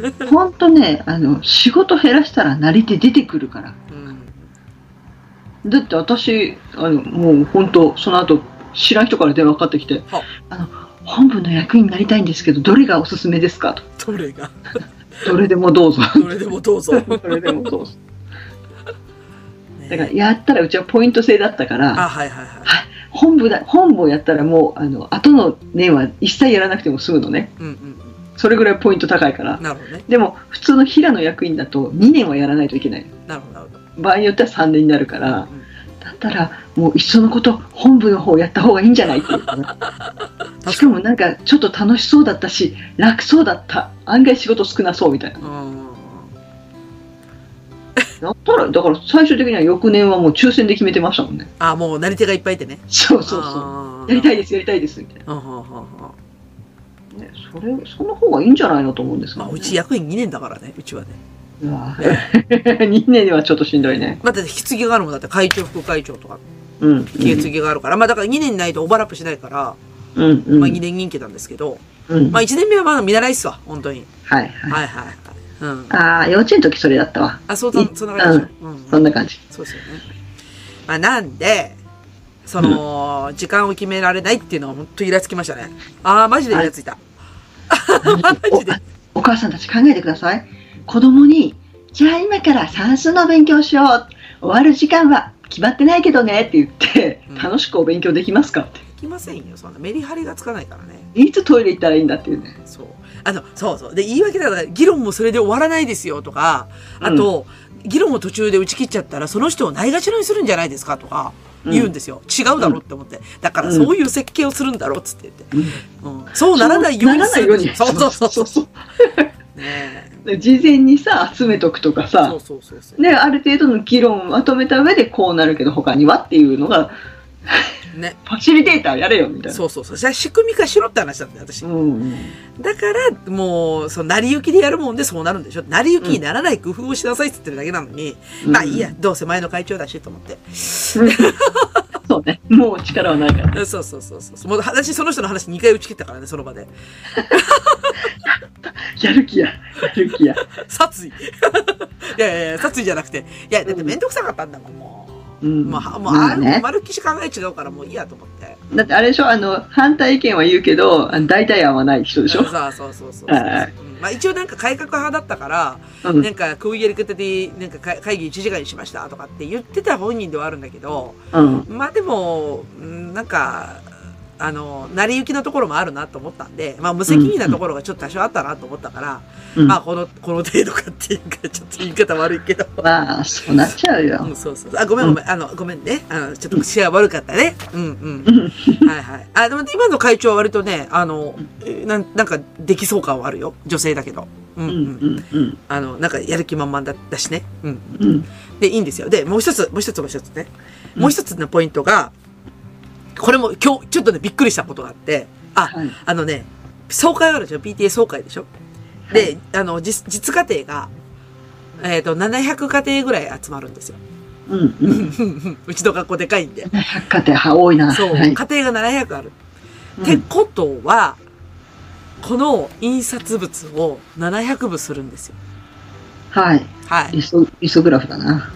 Speaker 3: うんほんとねあの仕事減らしたらなり手出てくるから
Speaker 2: うん。
Speaker 3: だって私あのもう本当その後知らん人から電話かかってきて
Speaker 2: は
Speaker 3: 「あの本部の役員になりたいんですけどどれがおすすめですか?」と
Speaker 2: どれ が、
Speaker 3: 「どれでもどうぞ」
Speaker 2: どれでもどう ぞ。
Speaker 3: どれでもどうぞだから
Speaker 2: ね
Speaker 3: やったらうちはポイント制だったから
Speaker 2: あ、はいはいはい。
Speaker 3: 本部だ本部をやったらもうあの後の年は一切やらなくても済むのね
Speaker 2: うんうん
Speaker 3: それぐらいポイント高いか
Speaker 2: う
Speaker 3: ら
Speaker 2: ん。なるほどね。
Speaker 3: でも普通の平野役員だと2年はやらないといけない
Speaker 2: なるほど、なるほど。
Speaker 3: 場合によっては3年になるから
Speaker 2: うん
Speaker 3: だったらもういっそのこと本部の方をやった方がいいんじゃないっていうかねしかもなんかちょっと楽しそうだったし楽そうだった案外仕事少なそうみたいな
Speaker 2: うん。
Speaker 3: だったらだから最終的には翌年はもう抽選で決めてましたもんね
Speaker 2: あ、もうなり手がいっぱいいてね。
Speaker 3: そうそうそう
Speaker 2: う
Speaker 3: やりたい
Speaker 2: で
Speaker 3: ですやりたいですみたい
Speaker 2: す。うんうんうんうん
Speaker 3: な、ね、それその方がいいんじゃないのと思うんですけ
Speaker 2: ま
Speaker 3: ど
Speaker 2: あ、
Speaker 3: ね
Speaker 2: うち役員2年だからね、うちはね。
Speaker 3: うわ 2年ではちょっとしんどいね
Speaker 2: まあ、だって引き継ぎがあるもんだって、会長、副会長とか、
Speaker 3: うん
Speaker 2: 引き継ぎがあるから、まあ、だから2年ないとオーバーラップしないから、
Speaker 3: うんうん
Speaker 2: まあ、2年任期なんですけど、
Speaker 3: うん
Speaker 2: まあ、1年目はまだ見習いっすわ、本当に。
Speaker 3: はいはい
Speaker 2: はいはいはい。うん。
Speaker 3: ああ幼稚園の時それだったわ
Speaker 2: あ、そうだ、そんな感じでしょ。うん。
Speaker 3: そんな感じ
Speaker 2: そうですよね。まあ、なんで、その、時間を決められないっていうのは本当イラつきましたね。ああ、マジでイラついた。 マジで。
Speaker 3: お母さんたち考えてください。子供に、じゃあ今から算数の勉強しよう。終わる時間は決まってないけどねって言って
Speaker 2: うん、
Speaker 3: 楽しくお勉強できますかって。
Speaker 2: できませんよ。そんなメリハリがつかないからね。
Speaker 3: いつトイレ行ったらいいんだっていうね。
Speaker 2: そう。あの、そうそう。で、言い訳だから、議論もそれで終わらないですよとか、あと、議論を途中で打ち切っちゃったら、その人をないがしろにするんじゃないですかとか、言うんですよ。違うだろって思って。だから、そういう設計をするんだろっつって言って。うん。そうならないように
Speaker 3: なら
Speaker 2: す
Speaker 3: ない
Speaker 2: る
Speaker 3: ように。
Speaker 2: そうそうそうそう。
Speaker 3: そう
Speaker 2: ねえ
Speaker 3: で事前にさ、集めとくとか
Speaker 2: そ
Speaker 3: さ
Speaker 2: う、そうそうそう。
Speaker 3: ね、ある程度の議論をまとめた上でこうなるけど他にはっていうのが、
Speaker 2: ね。
Speaker 3: ファシリテーターやれよみたいな。
Speaker 2: そうそうそう。じゃあ仕組み化しろって話なんだよ、私。
Speaker 3: うん。
Speaker 2: だから、もう、その、成り行きでやるもんでそうなるんでしょ。成り行きにならない工夫をしなさいって言ってるだけなのに、
Speaker 3: うん
Speaker 2: まあいいや、どうせ前の会長だしと思って。
Speaker 3: そうね。もう力はないから。
Speaker 2: うんそうそうそうそう。もう話、その人の話2回打ち切ったからね、その場で。
Speaker 3: やる気や。やる気や。
Speaker 2: 殺意。い やいやいや、殺意じゃなくて。いや、だってめんどくさかったんだもん、も
Speaker 3: う
Speaker 2: う。
Speaker 3: ん
Speaker 2: もう、はもう、
Speaker 3: まあ
Speaker 2: あ
Speaker 3: ね
Speaker 2: まるっきし考え違うから、もういいやと思って。
Speaker 3: だってあれでしょあの反対意見は言うけどあの大体合わない人でしょ
Speaker 2: うん、そうそうそうそうそう。
Speaker 3: はいはい
Speaker 2: うんまあ一応なんか改革派だったから、
Speaker 3: うん
Speaker 2: なんか、クイやり方で、なんか会会議1時間にしましたとかって言ってた本人ではあるんだけど、
Speaker 3: うん
Speaker 2: まあでも、うんなんか、あの、成り行きのところもあるなと思ったんで、まあ無責任なところがちょっと多少あったなと思ったから、
Speaker 3: うん
Speaker 2: まあこの、この程度かっていうか、ちょっと言い方悪いけど。
Speaker 3: まあそうなっちゃう
Speaker 2: う
Speaker 3: よ
Speaker 2: ん、そうそう。あ、ごめんごめん。あの、ごめんね。あの、ちょっと口が悪かったね。うんうん。はいはい。あ、でも今の会長は割とね、あの、えなんなんかできそう感はあるよ。女性だけど。うんう
Speaker 3: う
Speaker 2: んん。
Speaker 3: うんうん
Speaker 2: あの、なんかやる気満々だったしね。うん。
Speaker 3: うん
Speaker 2: で、いいんですよ。で、もう一つ、もう一つ、もう一つね。もう一つのポイントが、これも今日、ちょっとね、びっくりしたことがあって、あ、
Speaker 3: はい
Speaker 2: あのね、総会あるでしょ ?PTA 総会でしょで、あの、実、実家庭が、えっ、と、700家庭ぐらい集まるんですよ。
Speaker 3: うんうん
Speaker 2: うちの学校でかいんで。
Speaker 3: 百貨店は多いな
Speaker 2: そう、
Speaker 3: はい
Speaker 2: 家庭が700ある。
Speaker 3: うん
Speaker 2: ってことは、この印刷物を700部するんですよ。
Speaker 3: はい
Speaker 2: はい。
Speaker 3: リソリソグラフだな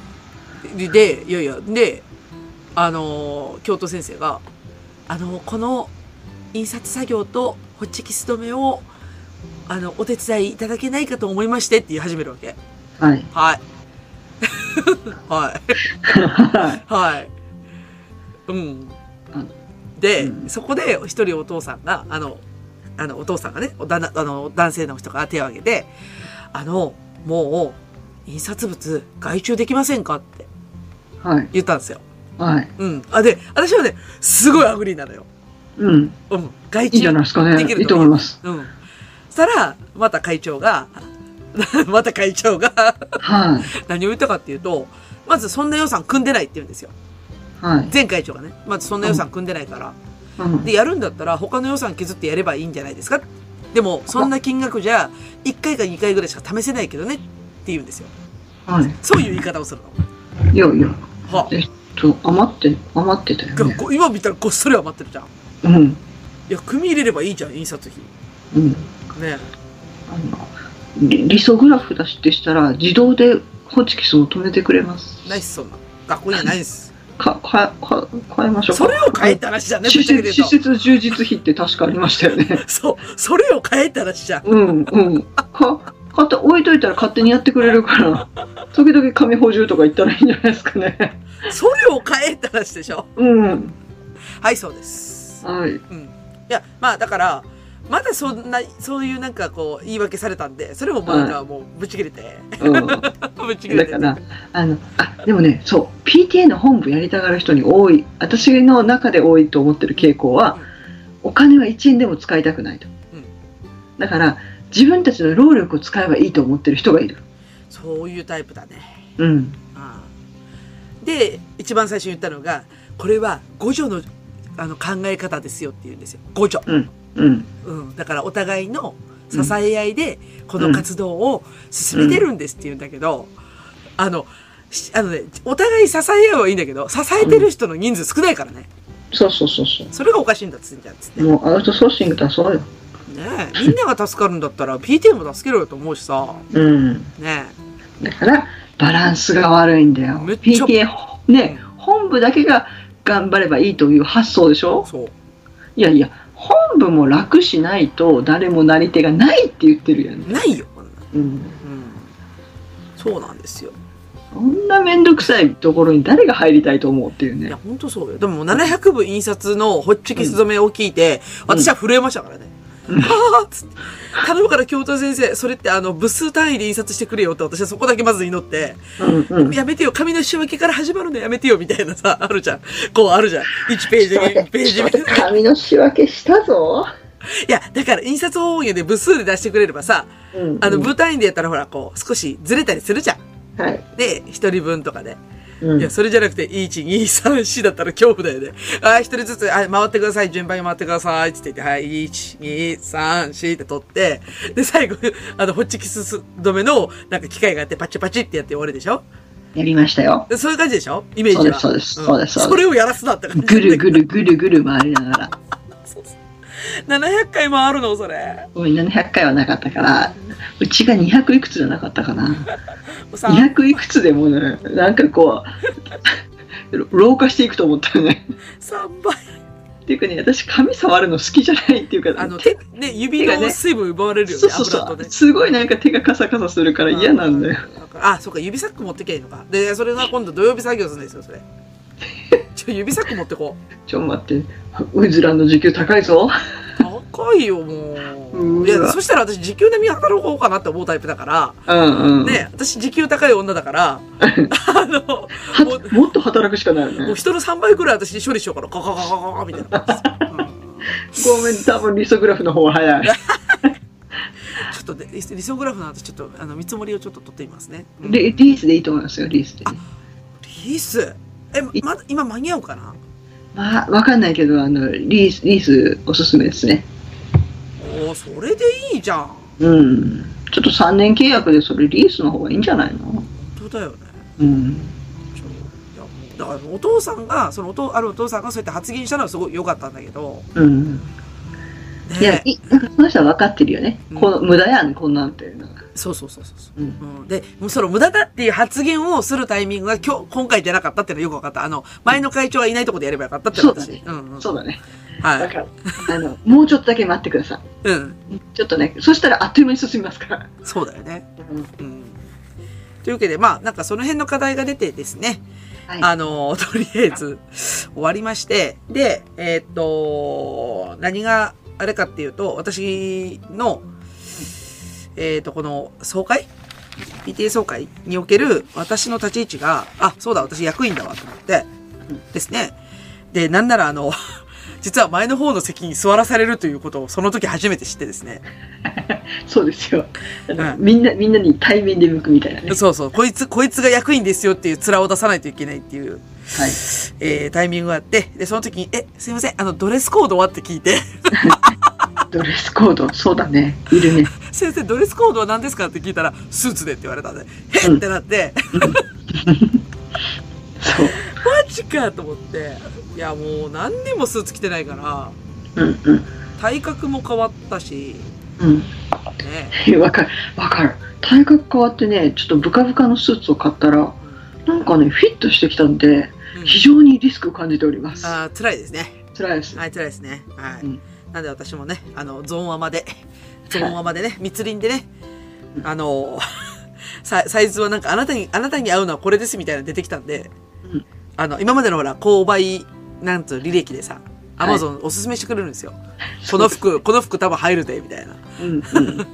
Speaker 2: でで、いやいや、で、あのー教頭先生が、あのーこの印刷作業とホッチキス止めを、あの、お手伝いいただけないかと思いましてって言い始めるわけ。
Speaker 3: はい
Speaker 2: はい。 はい。
Speaker 3: は
Speaker 2: はい。うん。で、
Speaker 3: うん
Speaker 2: そこで一人お父さんが、あの、あの、お父さんがね、おだなあの男性の人が手を挙げて、あの、もう、印刷物外注できませんかって
Speaker 3: いはい
Speaker 2: 言ったんですよ。
Speaker 3: うはい。
Speaker 2: うん。あ、で、私はね、すごいアグリーなのよ。
Speaker 3: うん。
Speaker 2: うん。外
Speaker 3: いいん
Speaker 2: 注
Speaker 3: じゃないですかね。
Speaker 2: できると思う
Speaker 3: いいと思います。
Speaker 2: うん。したら、また会長が、 また会長が
Speaker 3: はい。
Speaker 2: 何を言ったかっていうと、まずそんな予算組んでないって言うんですよ。
Speaker 3: はい。
Speaker 2: 前会長がね。まずそんな予算組んでないから。
Speaker 3: うん
Speaker 2: で、やるんだったら他の予算削ってやればいいんじゃないですか。でも、そんな金額じゃ、1回か2回ぐらいしか試せないけどねって言うんですよ。
Speaker 3: はい。
Speaker 2: そういう言い方をするの。
Speaker 3: いやいや。
Speaker 2: はあ
Speaker 3: えっと、余って、余ってたよね。
Speaker 2: ご今見たらごっそり余ってるじゃん。
Speaker 3: うん。
Speaker 2: いや、組み入れればいいじゃん、印刷費。
Speaker 3: うん。
Speaker 2: ね
Speaker 3: あの、リリソグラフ出しでしたら、自動でホチキスも止めてくれます。
Speaker 2: ないっす、そんな。学校にはないっす。
Speaker 3: か、か、か、変えましょうか。
Speaker 2: それを変えた話じゃんね、ぶ
Speaker 3: 施
Speaker 2: っちゃけ
Speaker 3: 設、
Speaker 2: 言
Speaker 3: 施
Speaker 2: うと。
Speaker 3: 設充実費って確かありましたよね。
Speaker 2: そう、それを変えた話じゃん。
Speaker 3: うん、うん。か、買って、置いといたら勝手にやってくれるから、時々紙補充とか言ったらいいんじゃないですかね。
Speaker 2: それを変えた話でしょ。
Speaker 3: うん。
Speaker 2: はい、そうです。
Speaker 3: はい。
Speaker 2: うん。いや、まあ、だから、まだそんな、そういうなんかこう、言い訳されたんで、それももうなんかもう、ぶち切れて。
Speaker 3: うん。
Speaker 2: ぶち切れ
Speaker 3: だ
Speaker 2: て。
Speaker 3: から、あの、あ、でもね、そう、PTA の本部やりたがる人に多い、私の中で多いと思ってる傾向は、お金は1円でも使いたくないと。
Speaker 2: うん
Speaker 3: だから、自分たちの労力を使えばいいと思ってる人がいる。
Speaker 2: そういうタイプだね。
Speaker 3: うん。
Speaker 2: ああで、一番最初に言ったのが、これは五条の、あの、考え方ですよって言うんですよ。五条。
Speaker 3: うん。
Speaker 2: うん、だからお互いの支え合いで、この活動を進めてるんですって言うんだけど、あの、しあのね、お互い支え合うはいいんだけど、支えてる人の人数少ないからね。
Speaker 3: そうそうそうそ
Speaker 2: それがおかしいんだっつうんじゃんっつって。
Speaker 3: う。
Speaker 2: ね
Speaker 3: もうアウトソーシングだそうよ。
Speaker 2: えみんなが助かるんだったら PTA も助けろよと思うしさ。
Speaker 3: うん。
Speaker 2: ね
Speaker 3: だから、バランスが悪いんだよ。
Speaker 2: めっちゃ
Speaker 3: PTA、ね、本部だけが頑張ればいいという発想でし
Speaker 2: え
Speaker 3: ょ
Speaker 2: そう。
Speaker 3: いやいや、本部も楽しないと誰もなり手がないって言ってるやん。
Speaker 2: ないよ、こんな。
Speaker 3: うん。
Speaker 2: うん。そうなんですよ。
Speaker 3: そんな面倒くさいところに誰が入りたいと思うっていう
Speaker 2: い
Speaker 3: ね
Speaker 2: や、。ほんとそうよ。でももう700部印刷のホッチキス染めを聞いて、
Speaker 3: うん
Speaker 2: 私は震えましたからね。
Speaker 3: うん
Speaker 2: ああつって。頼むから教頭先生、それってあの、部数単位で印刷してくれよって私はそこだけまず祈って、
Speaker 3: うんうん。
Speaker 2: やめてよ、紙の仕分けから始まるのやめてよ、みたいなさ、あるじゃん。こうあるじゃん。1ページ目、ペー ジ目。い
Speaker 3: 紙の仕分けしたぞ。
Speaker 2: や、だから印刷方法で部数で出してくれればさ、
Speaker 3: うん
Speaker 2: あの、部単位でやったらほら、こう、少しずれたりするじゃん。
Speaker 3: はい。
Speaker 2: で、一人分とかで。
Speaker 3: うん
Speaker 2: いや、それじゃなくて、1、2、3、4だったら恐怖だよね。 あー、一人ずつ、あ、回ってください、順番に回ってください、って言って、はい、1、2、3、4って取って、で、最後、 あの、ホッチキス止めの、なんか機械があって、パチパチってやって終わりでしょ
Speaker 3: やりましたよ。
Speaker 2: でそういう感じでしょイメージは。
Speaker 3: そうですそうですそうですそうです
Speaker 2: それをやらすなって感じ。
Speaker 3: ぐるぐるぐるぐる回りながら。
Speaker 2: 700回回るの、それ。
Speaker 3: ごめん、700回はなかったから、うちが200いくつじゃなかったかな。
Speaker 2: さ
Speaker 3: 200いくつでもね、なんかこう、 老化していくと思ったよね。
Speaker 2: 3倍。
Speaker 3: っていうかね、私髪触るの好きじゃないっていうか、
Speaker 2: あの、
Speaker 3: 手
Speaker 2: 手、ね、指の水分奪われるよ
Speaker 3: そ
Speaker 2: ね
Speaker 3: う、そうそ
Speaker 2: 油と
Speaker 3: う。
Speaker 2: ね。
Speaker 3: すごいなんか手がカサカサするから嫌なんだよ。
Speaker 2: あ、そうか、指サック持ってけばいいのか。で、それが今度土曜日作業するんです よ、それ。ちょ、指サック持ってこう。
Speaker 3: ちょっと待って、うずらの時給高いぞ。
Speaker 2: 高いよ、も
Speaker 3: う
Speaker 2: う。
Speaker 3: わ
Speaker 2: いや、そしたら私、時給並みに働こうかなって思うタイプだから、
Speaker 3: うんうん。
Speaker 2: ね、私、時給高い女だ から、あの、も
Speaker 3: はもっと働くしかないよ
Speaker 2: うも
Speaker 3: ね
Speaker 2: う。人の3倍くらい私処理しようから、カカカカカカみたいな感じです。うん
Speaker 3: ごめん、多分リソグラフの方が早い。
Speaker 2: ちょっとね、理想グラフの私、ちょっと、あの、見積もりをちょっと取ってみますね。うん
Speaker 3: リリースでいいと思いますよ、リースで。
Speaker 2: リース。え、まだ、今間に合うかな
Speaker 3: まあ、わかんないけど、あの、リース、リースおすすめですね。
Speaker 2: おーそれでいいじゃん。
Speaker 3: うん。ちょっと3年契約でそれリースの方がいいんじゃないの
Speaker 2: 本当だよね。
Speaker 3: うん。
Speaker 2: ちょいやもうだからお父さんが、そのおとあるお父さんがそうやって発言したのはすごい良かったんだけど、
Speaker 3: うん。いや
Speaker 2: ね、、
Speaker 3: いなんかその人は分かってるよね。
Speaker 2: うん
Speaker 3: この無駄やん、こんなんていうのが。
Speaker 2: そうそうそうそうそう。
Speaker 3: うん。
Speaker 2: うん、で、もうその無駄だっていう発言をするタイミングが今日、今回じゃなかったっていうのはよく分かった。あの、前の会長がいないとこでやればよかったっていうのは
Speaker 3: そうだね
Speaker 2: うん、うん。
Speaker 3: そうだね。
Speaker 2: は
Speaker 3: だ
Speaker 2: い。
Speaker 3: から、あの、もうちょっとだけ待ってください。
Speaker 2: うん。
Speaker 3: ちょっとね、そしたらあっという間に進みますから。
Speaker 2: そうだよね。
Speaker 3: うん
Speaker 2: うん。というわけで、まあ、なんかその辺の課題が出てですね、
Speaker 3: はい。
Speaker 2: あの、 とりあえず、終わりまして、で、えーっと、何があれかっていうと、私の、えーっと、この総会 ?PTA 総会における私の立ち位置が、あ、そうだ、私役員だわ、と思って、ですね。で、なんならあの、 実は前の方の席に座らされるということをその時初めて知ってですね。
Speaker 3: そうですよ。あの
Speaker 2: う
Speaker 3: みんな、みんなに対面で向くみたいなね。は
Speaker 2: そうそう、こいつ、こいつが役員ですよっていう面を出さないといけないっていう、
Speaker 3: い。
Speaker 2: えータイミングがあって、で、その時に、え、すいません、あの、ドレスコードはって聞いて、
Speaker 3: ドレスコード、そうだね。いるね。
Speaker 2: 先生、ドレスコードは何ですかって聞いたら、スーツでって言われたんで、へ
Speaker 3: う
Speaker 2: っ
Speaker 3: ん
Speaker 2: ってなって、
Speaker 3: そう。
Speaker 2: マジかと思って、いや、もう何年もスーツ着てないから、
Speaker 3: うんうん
Speaker 2: 体格も変わったし、
Speaker 3: うん
Speaker 2: ね。
Speaker 3: え。わかる。わかる。体格変わってね、ちょっとブカブカのスーツを買ったら、なんかね、フィットしてきたんで、
Speaker 2: うん
Speaker 3: 非常にリスクを感じております。
Speaker 2: あー辛いですね。
Speaker 3: 辛いです。
Speaker 2: はい、辛いですね。はい。
Speaker 3: うん
Speaker 2: なんで私もね、あの、ゾーンアマで、 ゾーンアマ でね、密林でね、あの、 サイサイズはなんかあなたに、あなたに合うのはこれですみたいなの出てきたんで、
Speaker 3: うん
Speaker 2: あの、今までのほら、購買、なんつうの履歴でさ、ア
Speaker 3: はい
Speaker 2: マゾンおすすめしてくれるんですよ。この服、この服多分入るで、みたいな。っ
Speaker 3: うんうん。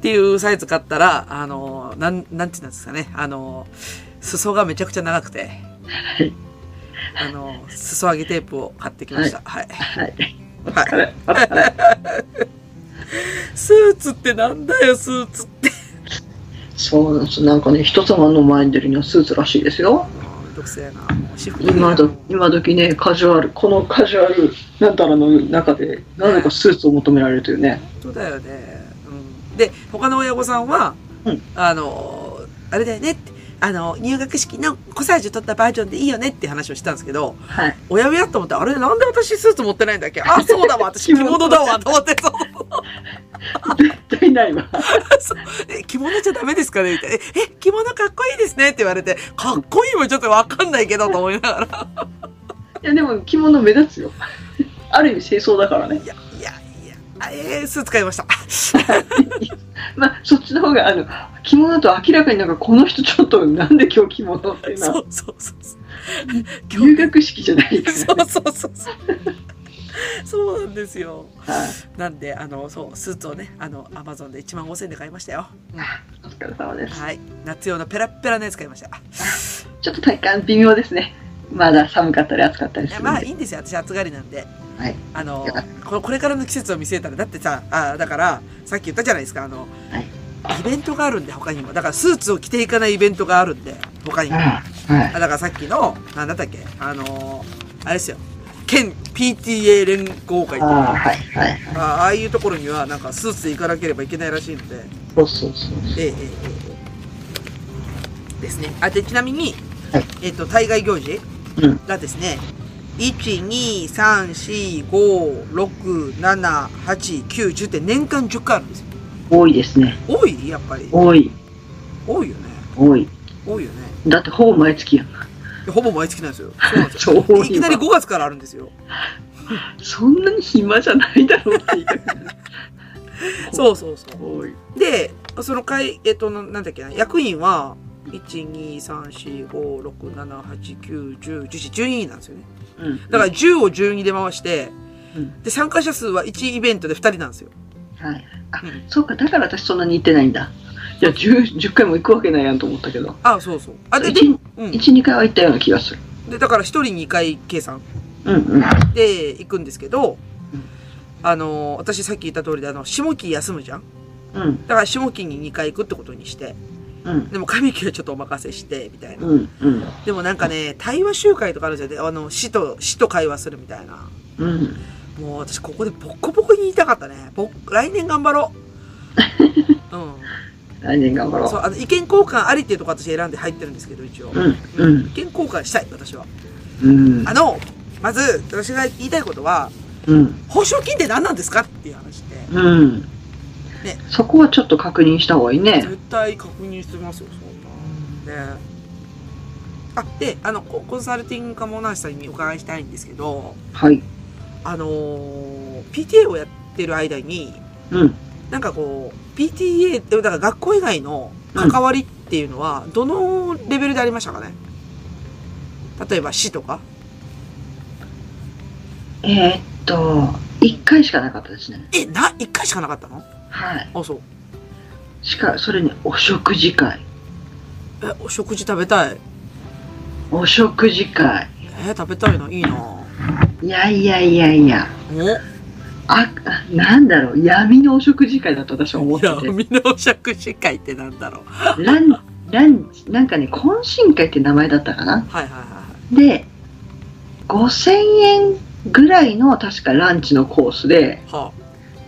Speaker 2: ていうサイズ買ったら、あの、なん、なんていうんですかね、あの、裾がめちゃくちゃ長くて、
Speaker 3: はい。
Speaker 2: あの、裾上げテープを買ってきました。はい
Speaker 3: はい。
Speaker 2: はい
Speaker 3: あれあれあれ
Speaker 2: スーツってなんだよ、スーツって。
Speaker 3: そうなんです。なんかね、人様の前に出るにはスーツらしいですよ。
Speaker 2: めんどくせえな。もう私服
Speaker 3: 今ど今時ね、カジュアル、このカジュアルなんたらの中で、なぜかスーツを求められるというね。
Speaker 2: 本当だよね。うん、で、他の親御さんは、
Speaker 3: うん
Speaker 2: あの、あれだよねって、あの、入学式のコサージュ撮ったバージョンでいいよねって話をしたんですけど、
Speaker 3: はい。
Speaker 2: 親親と思って、あれなんで私スーツ持ってないんだっけあ、そうだわ、私着物だわ、と思って、そう
Speaker 3: 絶対ないわ。
Speaker 2: え着物じゃダメですかねみたいな。え、え着物かっこいいですねって言われて、かっこいいもちょっとわかんないけど、と思いながら。
Speaker 3: いや、でも着物目立つよ。 ある意味清掃だからね。
Speaker 2: いや、いや、いや、あえー、スーツ買いました。
Speaker 3: まあ、そっちの方が、あの、着物だと明らかになんかこの人ちょっとなんで今日着物って
Speaker 2: そ
Speaker 3: な。
Speaker 2: うそうそうそう。
Speaker 3: 入学式じゃないからね
Speaker 2: そうそうそうそう。そうなんですよ。
Speaker 3: はい。
Speaker 2: なんで、あの、そう、スーツをね、あの、アマゾンで1万5000円で買いましたよ。
Speaker 3: お疲れ様です。
Speaker 2: はい。夏用のペラッペラのやつ買いました。
Speaker 3: ちょっと体感微妙ですね。まだ寒かったり暑かったり
Speaker 2: い
Speaker 3: す
Speaker 2: や、
Speaker 3: るんで。
Speaker 2: まあいいんですよ。私暑がりなんで。
Speaker 3: はい。
Speaker 2: あの
Speaker 3: よかっ、
Speaker 2: ここれからの季節を見据えたら、だってさ、あだから、さっき言ったじゃないですか、あの、
Speaker 3: はい
Speaker 2: イベントがあるんで、他にも。だから、スーツを着ていかないイベントがあるんで、他にも。あ
Speaker 3: うんはい。
Speaker 2: だからさっきの、なんだったっけ、あの、あれですよ。県 PTA 連合会
Speaker 3: ああ、はい、はい。
Speaker 2: あああいうところにはなんかスーツで行かなければいけないらしいので、
Speaker 3: そうそうそう。
Speaker 2: ええええええですね。あでちなみに、
Speaker 3: はい
Speaker 2: えっと対外行事
Speaker 3: うん
Speaker 2: がですね、1、2、3、4、5、6、7、8、9、10って年間10回あるんですよ。
Speaker 3: 多いですね。
Speaker 2: 多いやっぱり。
Speaker 3: 多い、
Speaker 2: 多いよね。
Speaker 3: 多い。
Speaker 2: 多いよね。
Speaker 3: だってほぼ毎月やん。
Speaker 2: いやほぼ毎月なんですよ。そうなんです
Speaker 3: 超多い
Speaker 2: よ。
Speaker 3: わ
Speaker 2: いきなり5月からあるんですよ。
Speaker 3: そんなに暇じゃないだろうって言いたくなる
Speaker 2: そうそうそう。
Speaker 3: 多い。
Speaker 2: で、その会、えっと、ななんだっけな、役員は、1,2,3,4,5,6,7,8,9,10,11,12人なんですよね。
Speaker 3: うん。
Speaker 2: だから10を12で回して、
Speaker 3: うん
Speaker 2: で、参加者数は1イベントで2人なんですよ。
Speaker 3: はい。あ、
Speaker 2: うん
Speaker 3: そうか、だから私そんなに行ってないんだ。いや、10, 10回も行くわけないやんと思ったけど。
Speaker 2: あそうそう。あ、で、で、
Speaker 3: 1、
Speaker 2: うん。
Speaker 3: 1 2回は行ったような気がする。
Speaker 2: で、だから1人2回計算
Speaker 3: うんうん。
Speaker 2: で行くんですけど
Speaker 3: うん、
Speaker 2: あの、私さっき言った通りで、あの、下期休むじゃん
Speaker 3: うん
Speaker 2: だから下期に2回行くってことにして、
Speaker 3: うん。
Speaker 2: でも上期はちょっとお任せして、みたいな。
Speaker 3: うんうん。
Speaker 2: でもなんかね、対話集会とかあるんですよね。あの、市と、市と会話するみたいな。
Speaker 3: うん。
Speaker 2: もう私ここでボッコボコに言いたかったね。ぼっ来年頑張ろ う。う
Speaker 3: 来年頑張
Speaker 2: ん。そう、
Speaker 3: ろ
Speaker 2: あの、意見交換ありっていうとこ私選んで入ってるんですけど、一応。
Speaker 3: う。うんうん
Speaker 2: 意見交換したい、私は。
Speaker 3: うん
Speaker 2: あの、まず、私が言いたいことは、
Speaker 3: うん
Speaker 2: 報奨金って何なんですかっていう話で。
Speaker 3: うん。そこはちょっと確認した方がいいね。
Speaker 2: 絶対確認してますよ、そんな。ねあ、で、あの、ココンサルティング科もなしさんにお伺いしたいんですけど、
Speaker 3: はい。
Speaker 2: あのー PTA をやってる間に、
Speaker 3: うん。
Speaker 2: なんかこう、PTA って、だから学校以外の関わりっていうのは、どのレベルでありましたかね例えば市とか
Speaker 3: えーっと、1回しかなかったですね。
Speaker 2: え、な、一回しかなかったの
Speaker 3: はい。
Speaker 2: あ、そう。
Speaker 3: しか、それにお食事会。
Speaker 2: え、お食事食べたい。
Speaker 3: お食事会。
Speaker 2: ええー、食べたいな、いいな。お
Speaker 3: いやいやいやいや。あ、なんだろう、闇のお食事会だと私は思っ
Speaker 2: い
Speaker 3: て
Speaker 2: や、
Speaker 3: て。
Speaker 2: みんなお食事会ってなんだろう。
Speaker 3: ラン、ラン、なんかね、懇親会って名前だったかな。
Speaker 2: はいはいは
Speaker 3: で、5000円ぐらいの確かランチのコースで、
Speaker 2: い。は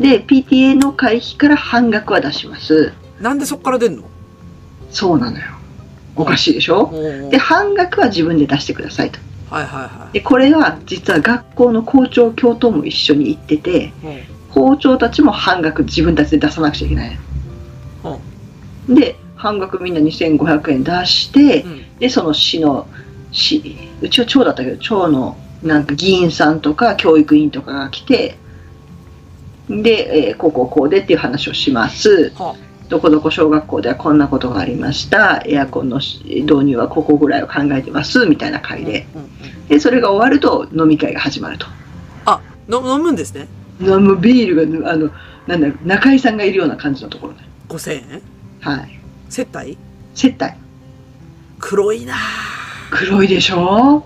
Speaker 3: で、PTA の会費から半額は出します。
Speaker 2: あ、なんでそっから出んの
Speaker 3: そうなのよ。おかしいでしょ
Speaker 2: おー
Speaker 3: で、半額は自分で出してくださいと。
Speaker 2: はいはい
Speaker 3: で、これは実は学校の校長、教頭も一緒に行ってて、
Speaker 2: はい。
Speaker 3: 校長たちも半額自分たちで出さなくちゃいけない。
Speaker 2: ほ
Speaker 3: で、半額みんな2500円出して、
Speaker 2: うん。うん
Speaker 3: で、その市の、市、うちは町だったけど、町のなんか議員さんとか教育委員とかが来て、で、えーこうこうこうでっていう話をします。
Speaker 2: は
Speaker 3: どこどこ小学校ではこんなことがありました。エアコンのし導入はここぐらいを考えてます。みたいな
Speaker 2: あ。
Speaker 3: 会
Speaker 2: うん
Speaker 3: で。
Speaker 2: うんうん
Speaker 3: で、それが終わると飲み会が始まると。
Speaker 2: あ、の飲むんですね。
Speaker 3: 飲むビールが、あの、なんだろう、中井さんがいるような感じのところで。
Speaker 2: 5000円
Speaker 3: はい。
Speaker 2: 接待
Speaker 3: 接待。
Speaker 2: 黒いなぁ
Speaker 3: 黒いでしょ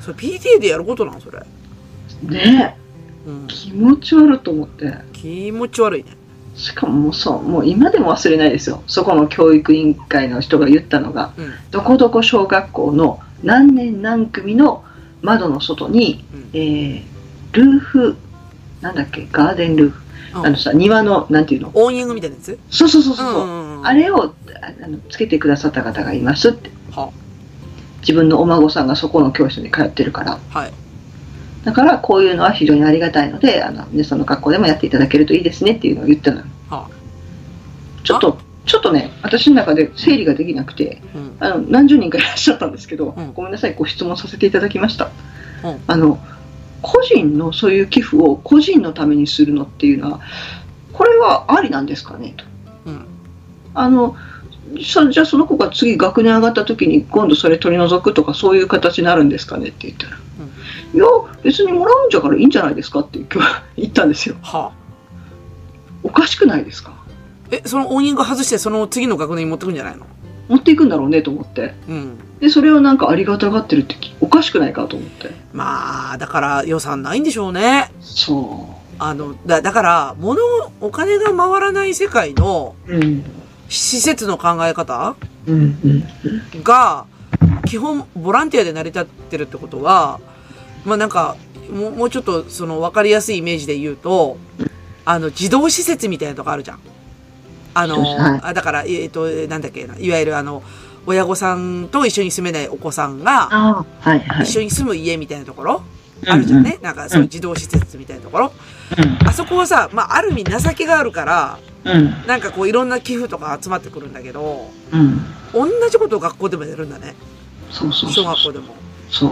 Speaker 2: それ PTA でやることなんそれ。
Speaker 3: ねえ
Speaker 2: うん。
Speaker 3: 気持ち悪いと思って。
Speaker 2: 気持ち悪いね。
Speaker 3: しかももうそう、もう今でも忘れないですよ。そこの教育委員会の人が言ったのが、
Speaker 2: うん。
Speaker 3: どこどこ小学校の何年何組の窓の外に、
Speaker 2: うん
Speaker 3: えー、ルーフ、なんだっけ、ガーデンルーフ。
Speaker 2: うん
Speaker 3: あのさ、庭の、なんていうの
Speaker 2: オーニングみたいなやつ
Speaker 3: そうそうそうそうそう。
Speaker 2: んん
Speaker 3: あれをああのつけてくださった方がいますって。
Speaker 2: は
Speaker 3: 自分のお孫さんがそこの教室に通ってるから。
Speaker 2: はい。
Speaker 3: だからこういうのは非常にありがたいので、あの皆さんの学校でもやっていただけるといいですねっていうのを言ったのよ。
Speaker 2: は
Speaker 3: ちょっと、ちょっとね、私の中で整理ができなくて、
Speaker 2: うん。
Speaker 3: あの何十人かいらっしゃったんですけど、
Speaker 2: うん
Speaker 3: ごめんなさい、ご質問させていただきました。
Speaker 2: うん
Speaker 3: あの個人のそういう寄付を個人のためにするのっていうのは、これはありなんですかねと。
Speaker 2: うん。
Speaker 3: あのそじゃあその子が次学年上がった時に今度それ取り除くとかそういう形になるんですかねって言ったら、いや別にもらうんじゃからいいんじゃないですかって今日 言ったんですよ
Speaker 2: は
Speaker 3: おかしくないですか
Speaker 2: え、そのオーニング外してその次の学年に持ってくんじゃないの
Speaker 3: 持っていくんだろうねと思って
Speaker 2: うん。
Speaker 3: でそれをなんかありがたがってるってきおかしくないかと思って
Speaker 2: まあ、だから予算ないんでしょうね。
Speaker 3: そ
Speaker 2: あの、だ、だから、物、お金が回らない世界の
Speaker 3: ううん
Speaker 2: 施設の考え方
Speaker 3: うんうん
Speaker 2: が、基本、ボランティアで成り立ってるってことは、まあなんか、もう、もうちょっと、その、わかりやすいイメージで言うと、あの、児童施設みたいなとこあるじゃん。あ
Speaker 3: そうですはい
Speaker 2: の、あだから、えっ、と、なんだっけな、いわゆるあの、親御さんと一緒に住めないお子さんが、
Speaker 3: ああはいは
Speaker 2: 一緒に住む家みたいなところ、あるじゃんね。なんか、そういう児童施設みたいなところ。あそこはさ、まあ、ある意味情けがあるから、
Speaker 3: うん
Speaker 2: なんかこういろんな寄付とか集まってくるんだけど、
Speaker 3: うん
Speaker 2: 同じことを学校でもやるんだね。
Speaker 3: そうそう
Speaker 2: 小
Speaker 3: そう
Speaker 2: 学
Speaker 3: そ
Speaker 2: 校
Speaker 3: う
Speaker 2: でも。
Speaker 3: そう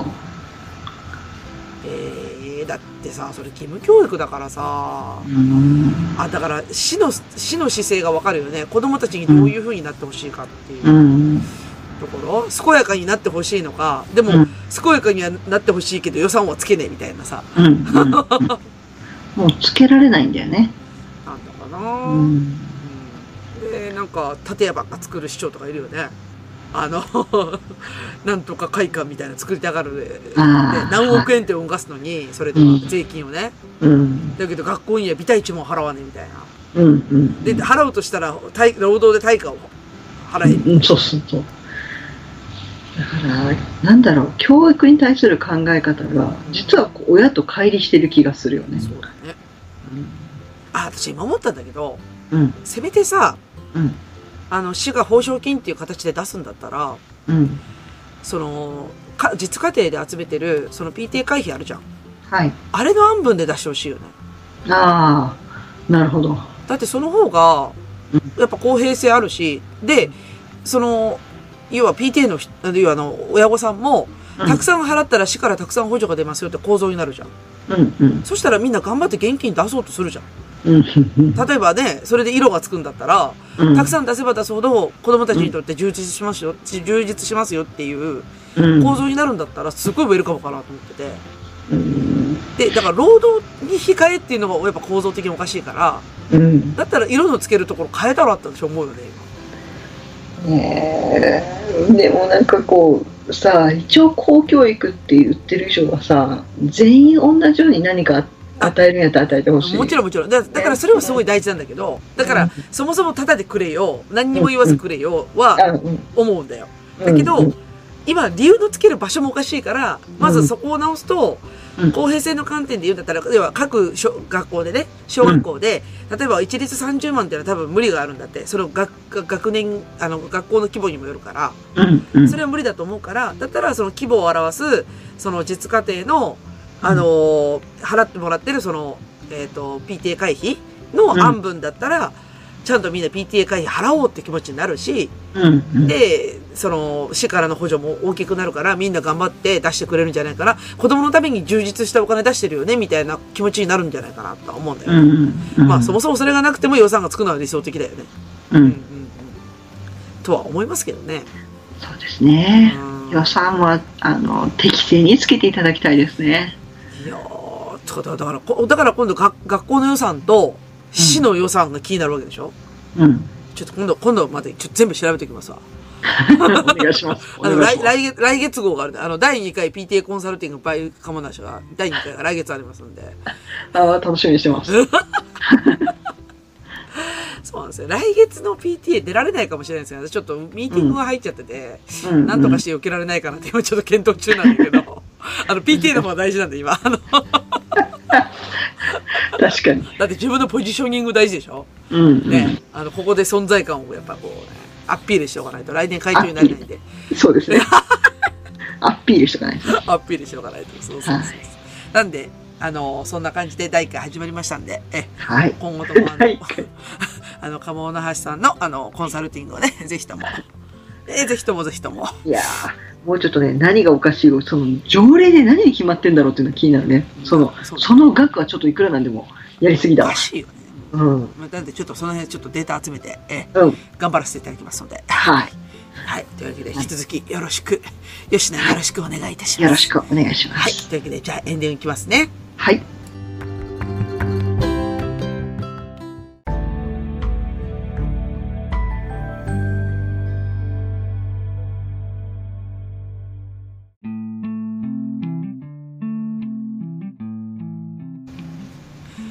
Speaker 2: えー、だってさ、それ義務教育だからさ、
Speaker 3: うん
Speaker 2: あ、だから市の、市の姿勢がわかるよね。子供たちにどういう風になってほしいかっていううんところ、健やかになってほしいのか、でも、
Speaker 3: うん
Speaker 2: 健やかにはなってほしいけど予算はつけねえみたいなさ、
Speaker 3: うんうん、もうつけられないんだよね。
Speaker 2: なんだかな、
Speaker 3: う
Speaker 2: うん
Speaker 3: ん、
Speaker 2: で、なんか、建屋ばっか作る市長とかいるよね。あの、 なんとか会館みたいなの作りたがる
Speaker 3: あ
Speaker 2: で
Speaker 3: あ、
Speaker 2: 何億円って動かすのに、それで
Speaker 3: うん
Speaker 2: 税金をね。
Speaker 3: うん、
Speaker 2: だけど学校には微対値も払わねえみたいな。
Speaker 3: うん、うん、
Speaker 2: で、払うとしたら、対労働で対価を払え。
Speaker 3: うん、そうそうそう。だから、なんだろう、教育に対する考え方が、実はこう親と乖離してる気がするよね。
Speaker 2: そうだね。あ、私今思ったんだけど、
Speaker 3: うん、
Speaker 2: せめてさ、
Speaker 3: うん、
Speaker 2: あの、市が報奨金っていう形で出すんだったら、
Speaker 3: うん、
Speaker 2: その、か実家庭で集めてる、その PTA 会費あるじゃん。
Speaker 3: はい。
Speaker 2: あれの案分で出してほしいよね。
Speaker 3: ああ、なるほど。
Speaker 2: だってその方が、やっぱ公平性あるし、で、その、要は PTA の人、要はあの、親御さんも、
Speaker 3: うん
Speaker 2: たくさん払ったら市からたくさん補助が出ますよって構造になるじゃん。
Speaker 3: うん、うん、
Speaker 2: そしたらみんな頑張って現金出そうとするじゃん。
Speaker 3: うん、うん、
Speaker 2: 例えばね、それで色がつくんだったら、
Speaker 3: うん、
Speaker 2: たくさん出せば出すほど子供たちにとって充実しますよ、充実しますよっていう
Speaker 3: うん、
Speaker 2: 構造になるんだったらすごいウェルカムかなと思ってて。
Speaker 3: うん、
Speaker 2: で、だから労働に控えっていうのがやっぱ構造的におかしいから、
Speaker 3: うん、
Speaker 2: だったら色のつけるところ変えたらって私思うよね、今。
Speaker 3: ねえ、でもなんかこう、さ一応公教育って言ってる以上はさ全員同じように何か与えるんやったら与えてほしい
Speaker 2: もちろんもちろん。だだからそれはすごい大事なんだけど、だからそもそもタダでくれよ、何にも言わずくれよは
Speaker 3: あうん
Speaker 2: 思うんだよ。だけど、
Speaker 3: うん
Speaker 2: 今理由のつける場所もおかしいから、まずそこを直すと、
Speaker 3: うん
Speaker 2: 公平性の観点で言うんだったら、要は各小学校でね、小学校で、例えば一律30万っていうのは多分無理があるんだって、その学学年、あの学校の規模にもよるから、
Speaker 3: うんうん
Speaker 2: それは無理だと思うから、だったらその規模を表す、その実家庭の、あのー払ってもらってるその、えっ、と、PTA 会費の案分だったら、ちゃんとみんな PTA 会費払おうって気持ちになるし、
Speaker 3: うんうん
Speaker 2: で、その、市からの補助も大きくなるから、みんな頑張って出してくれるんじゃないかな。子供のために充実したお金出してるよね、みたいな気持ちになるんじゃないかなとは思うんだよ。
Speaker 3: うんうんうん
Speaker 2: まあ、そもそもそれがなくても予算がつくのは理想的だよね。
Speaker 3: う
Speaker 2: うんうん
Speaker 3: ん
Speaker 2: うん。とは思いますけどね。
Speaker 3: そうですね
Speaker 2: うん
Speaker 3: 予算はあの適正につけていただきたいですね
Speaker 2: いやー、ちょっとだから、こだから今度学学校の予算と市の予算が気になるわけでしょ、
Speaker 3: うん
Speaker 2: ちょっと今度、今度までちょっと全部調べておきますわ。
Speaker 3: お願いします お
Speaker 2: あの、
Speaker 3: 願
Speaker 2: 来
Speaker 3: いします
Speaker 2: 来月、来月号があるんで、あの、第2回 PTA コンサルティングバイカモナシが、第2回が来月ありますんで。
Speaker 3: あー楽しみにしてます
Speaker 2: そうなんですよ。来月の PTA 出られないかもしれないですけど、ちょっとミーティングが入っちゃってて、
Speaker 3: うんうん
Speaker 2: なんとかして避けられないかなって今ちょっと検討中なんだけど、 あの、PTA の方が大事なんで今、あの、
Speaker 3: 確かに
Speaker 2: だって自分のポジショニング大事でしょ
Speaker 3: うんうん
Speaker 2: ね、あの、ここで存在感をやっぱこう、ね、アピールしておかないと、来年会長になれないんで、
Speaker 3: そうで すねアピールしとかないと
Speaker 2: アピールしておかないと。そうそうそうそう。なんで、あの、そんな感じで第1回始まりましたんで、え、
Speaker 3: はい
Speaker 2: 今後ともあの
Speaker 3: 第一回、
Speaker 2: あの、鴨の橋さんの、あの、コンサルティングをね、ぜひとも、えぜひともぜひとも、
Speaker 3: いやーもうちょっとね、何がおかしいその条例で何に決まってんだろうっていうのが気になるね。その、
Speaker 2: そう
Speaker 3: その額はちょっといくらなんでもやりすぎ
Speaker 2: お
Speaker 3: だわ
Speaker 2: か。しいよね。
Speaker 3: うん。
Speaker 2: まあなんで、ちょっとその辺ちょっとデータ集めて、え
Speaker 3: うん。
Speaker 2: 頑張らせていただきますので、
Speaker 3: は
Speaker 2: はい。というわけで、引き続きよろしく、吉野よろしくお願いいたし
Speaker 3: い。
Speaker 2: ます。
Speaker 3: よろしくお願いしま
Speaker 2: はい。
Speaker 3: す。
Speaker 2: というわけで、じゃあエンディングいきますね。
Speaker 3: はい。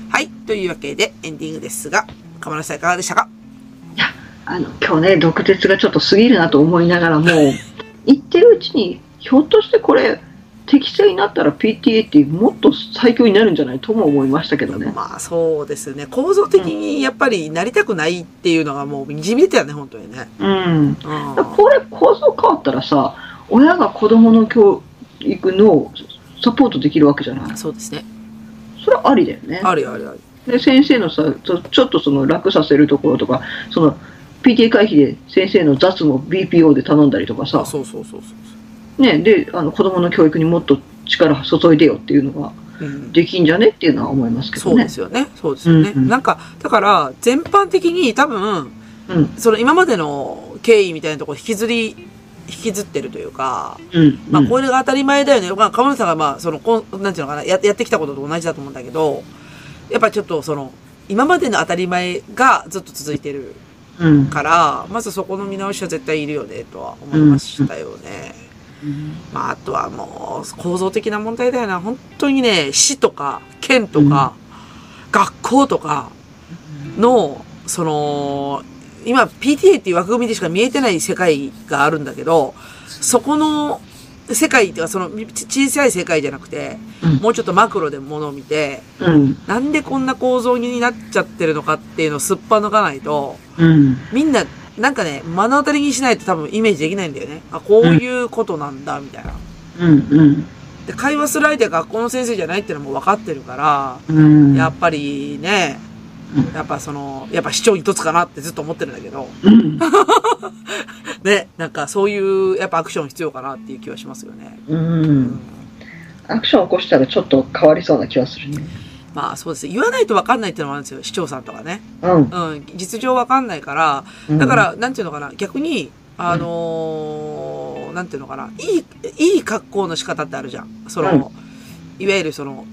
Speaker 2: はい。というわけで、エンディングですが、鴨野さんいかがでしたか
Speaker 3: あの、今日ね、毒舌がちょっと過ぎるなと思いなが らも、言ってるうちに、ひょっとしてこれ、適正になったら PTA ってもっと最強になるんじゃないとも思いましたけどね。
Speaker 2: まあそうですね。構造的にやっぱりなりたくないっていうのがもうにじみ出てたよね、本当にね。
Speaker 3: うん。
Speaker 2: うん。
Speaker 3: これ構造変わったらさ親が子供の教育のサポートできるわけじゃない
Speaker 2: そうですね。
Speaker 3: それはありだよね
Speaker 2: あるよあるよある。
Speaker 3: で先生のさちょちょっとその楽させるところとかその PTA 会費で先生の雑務を BPO で頼んだりとかさ、
Speaker 2: そうそうそうそう
Speaker 3: ね、であの子供の教育にもっと力を注いでよっていうのが
Speaker 2: そう。うん。
Speaker 3: できんじゃねっていうのは思いますけ
Speaker 2: そ
Speaker 3: ど
Speaker 2: うで
Speaker 3: ね。
Speaker 2: すよね。そうですよね。
Speaker 3: うんうん
Speaker 2: なんか、だから、全般的に多分、
Speaker 3: うん
Speaker 2: その今までの経緯みたいなところ引きずり、引きずってるというか、
Speaker 3: うん
Speaker 2: まあ
Speaker 3: うん
Speaker 2: これが当たり前だよね。まあ、鴨野さんがまあ、その、こんなんていうのかなや、やってきたことと同じだと思うんだけど、やっぱちょっとその、今までの当たり前がずっと続いてる
Speaker 3: うん
Speaker 2: から、まずそこの見直しは絶対いるよね、とは思いましたよね。まあ、あとはもう、構造的な問題だよな。本当にね、市とか、県とか、学校とかの、その、今、PTA っていう枠組みでしか見えてない世界があるんだけど、そこの世界っていうか、その、ち小さい世界じゃなくて、
Speaker 3: うん
Speaker 2: もうちょっとマクロで物を見て、
Speaker 3: うん
Speaker 2: なんでこんな構造になっちゃってるのかっていうのをすっぱ抜かないと、
Speaker 3: うん
Speaker 2: みんな、なんかね、目の当たりにしないと多分イメージできないんだよね。あ、こういうことなんだ、みたいな。
Speaker 3: うんうん
Speaker 2: で、会話する相手が学校の先生じゃないっていうのも分かってるから、
Speaker 3: うん
Speaker 2: やっぱりね
Speaker 3: う、
Speaker 2: やっぱその、やっぱ市長一つかなってずっと思ってるんだけど、
Speaker 3: うん
Speaker 2: ね、なんかそういう、やっぱアクション必要かなっていう気はしますよね。
Speaker 3: うんアクション起こしたらちょっと変わりそうな気はするね。
Speaker 2: まあそうですね。言わないと分かんないっていうのもあるんですよ、市長さんとかね。
Speaker 3: うん。
Speaker 2: うん、実情分かんないから、だか、ら、なんていうのかな、逆に、あのーなんていうのかな、いい、いい格好の仕方ってあるじゃん。その、いわゆるその、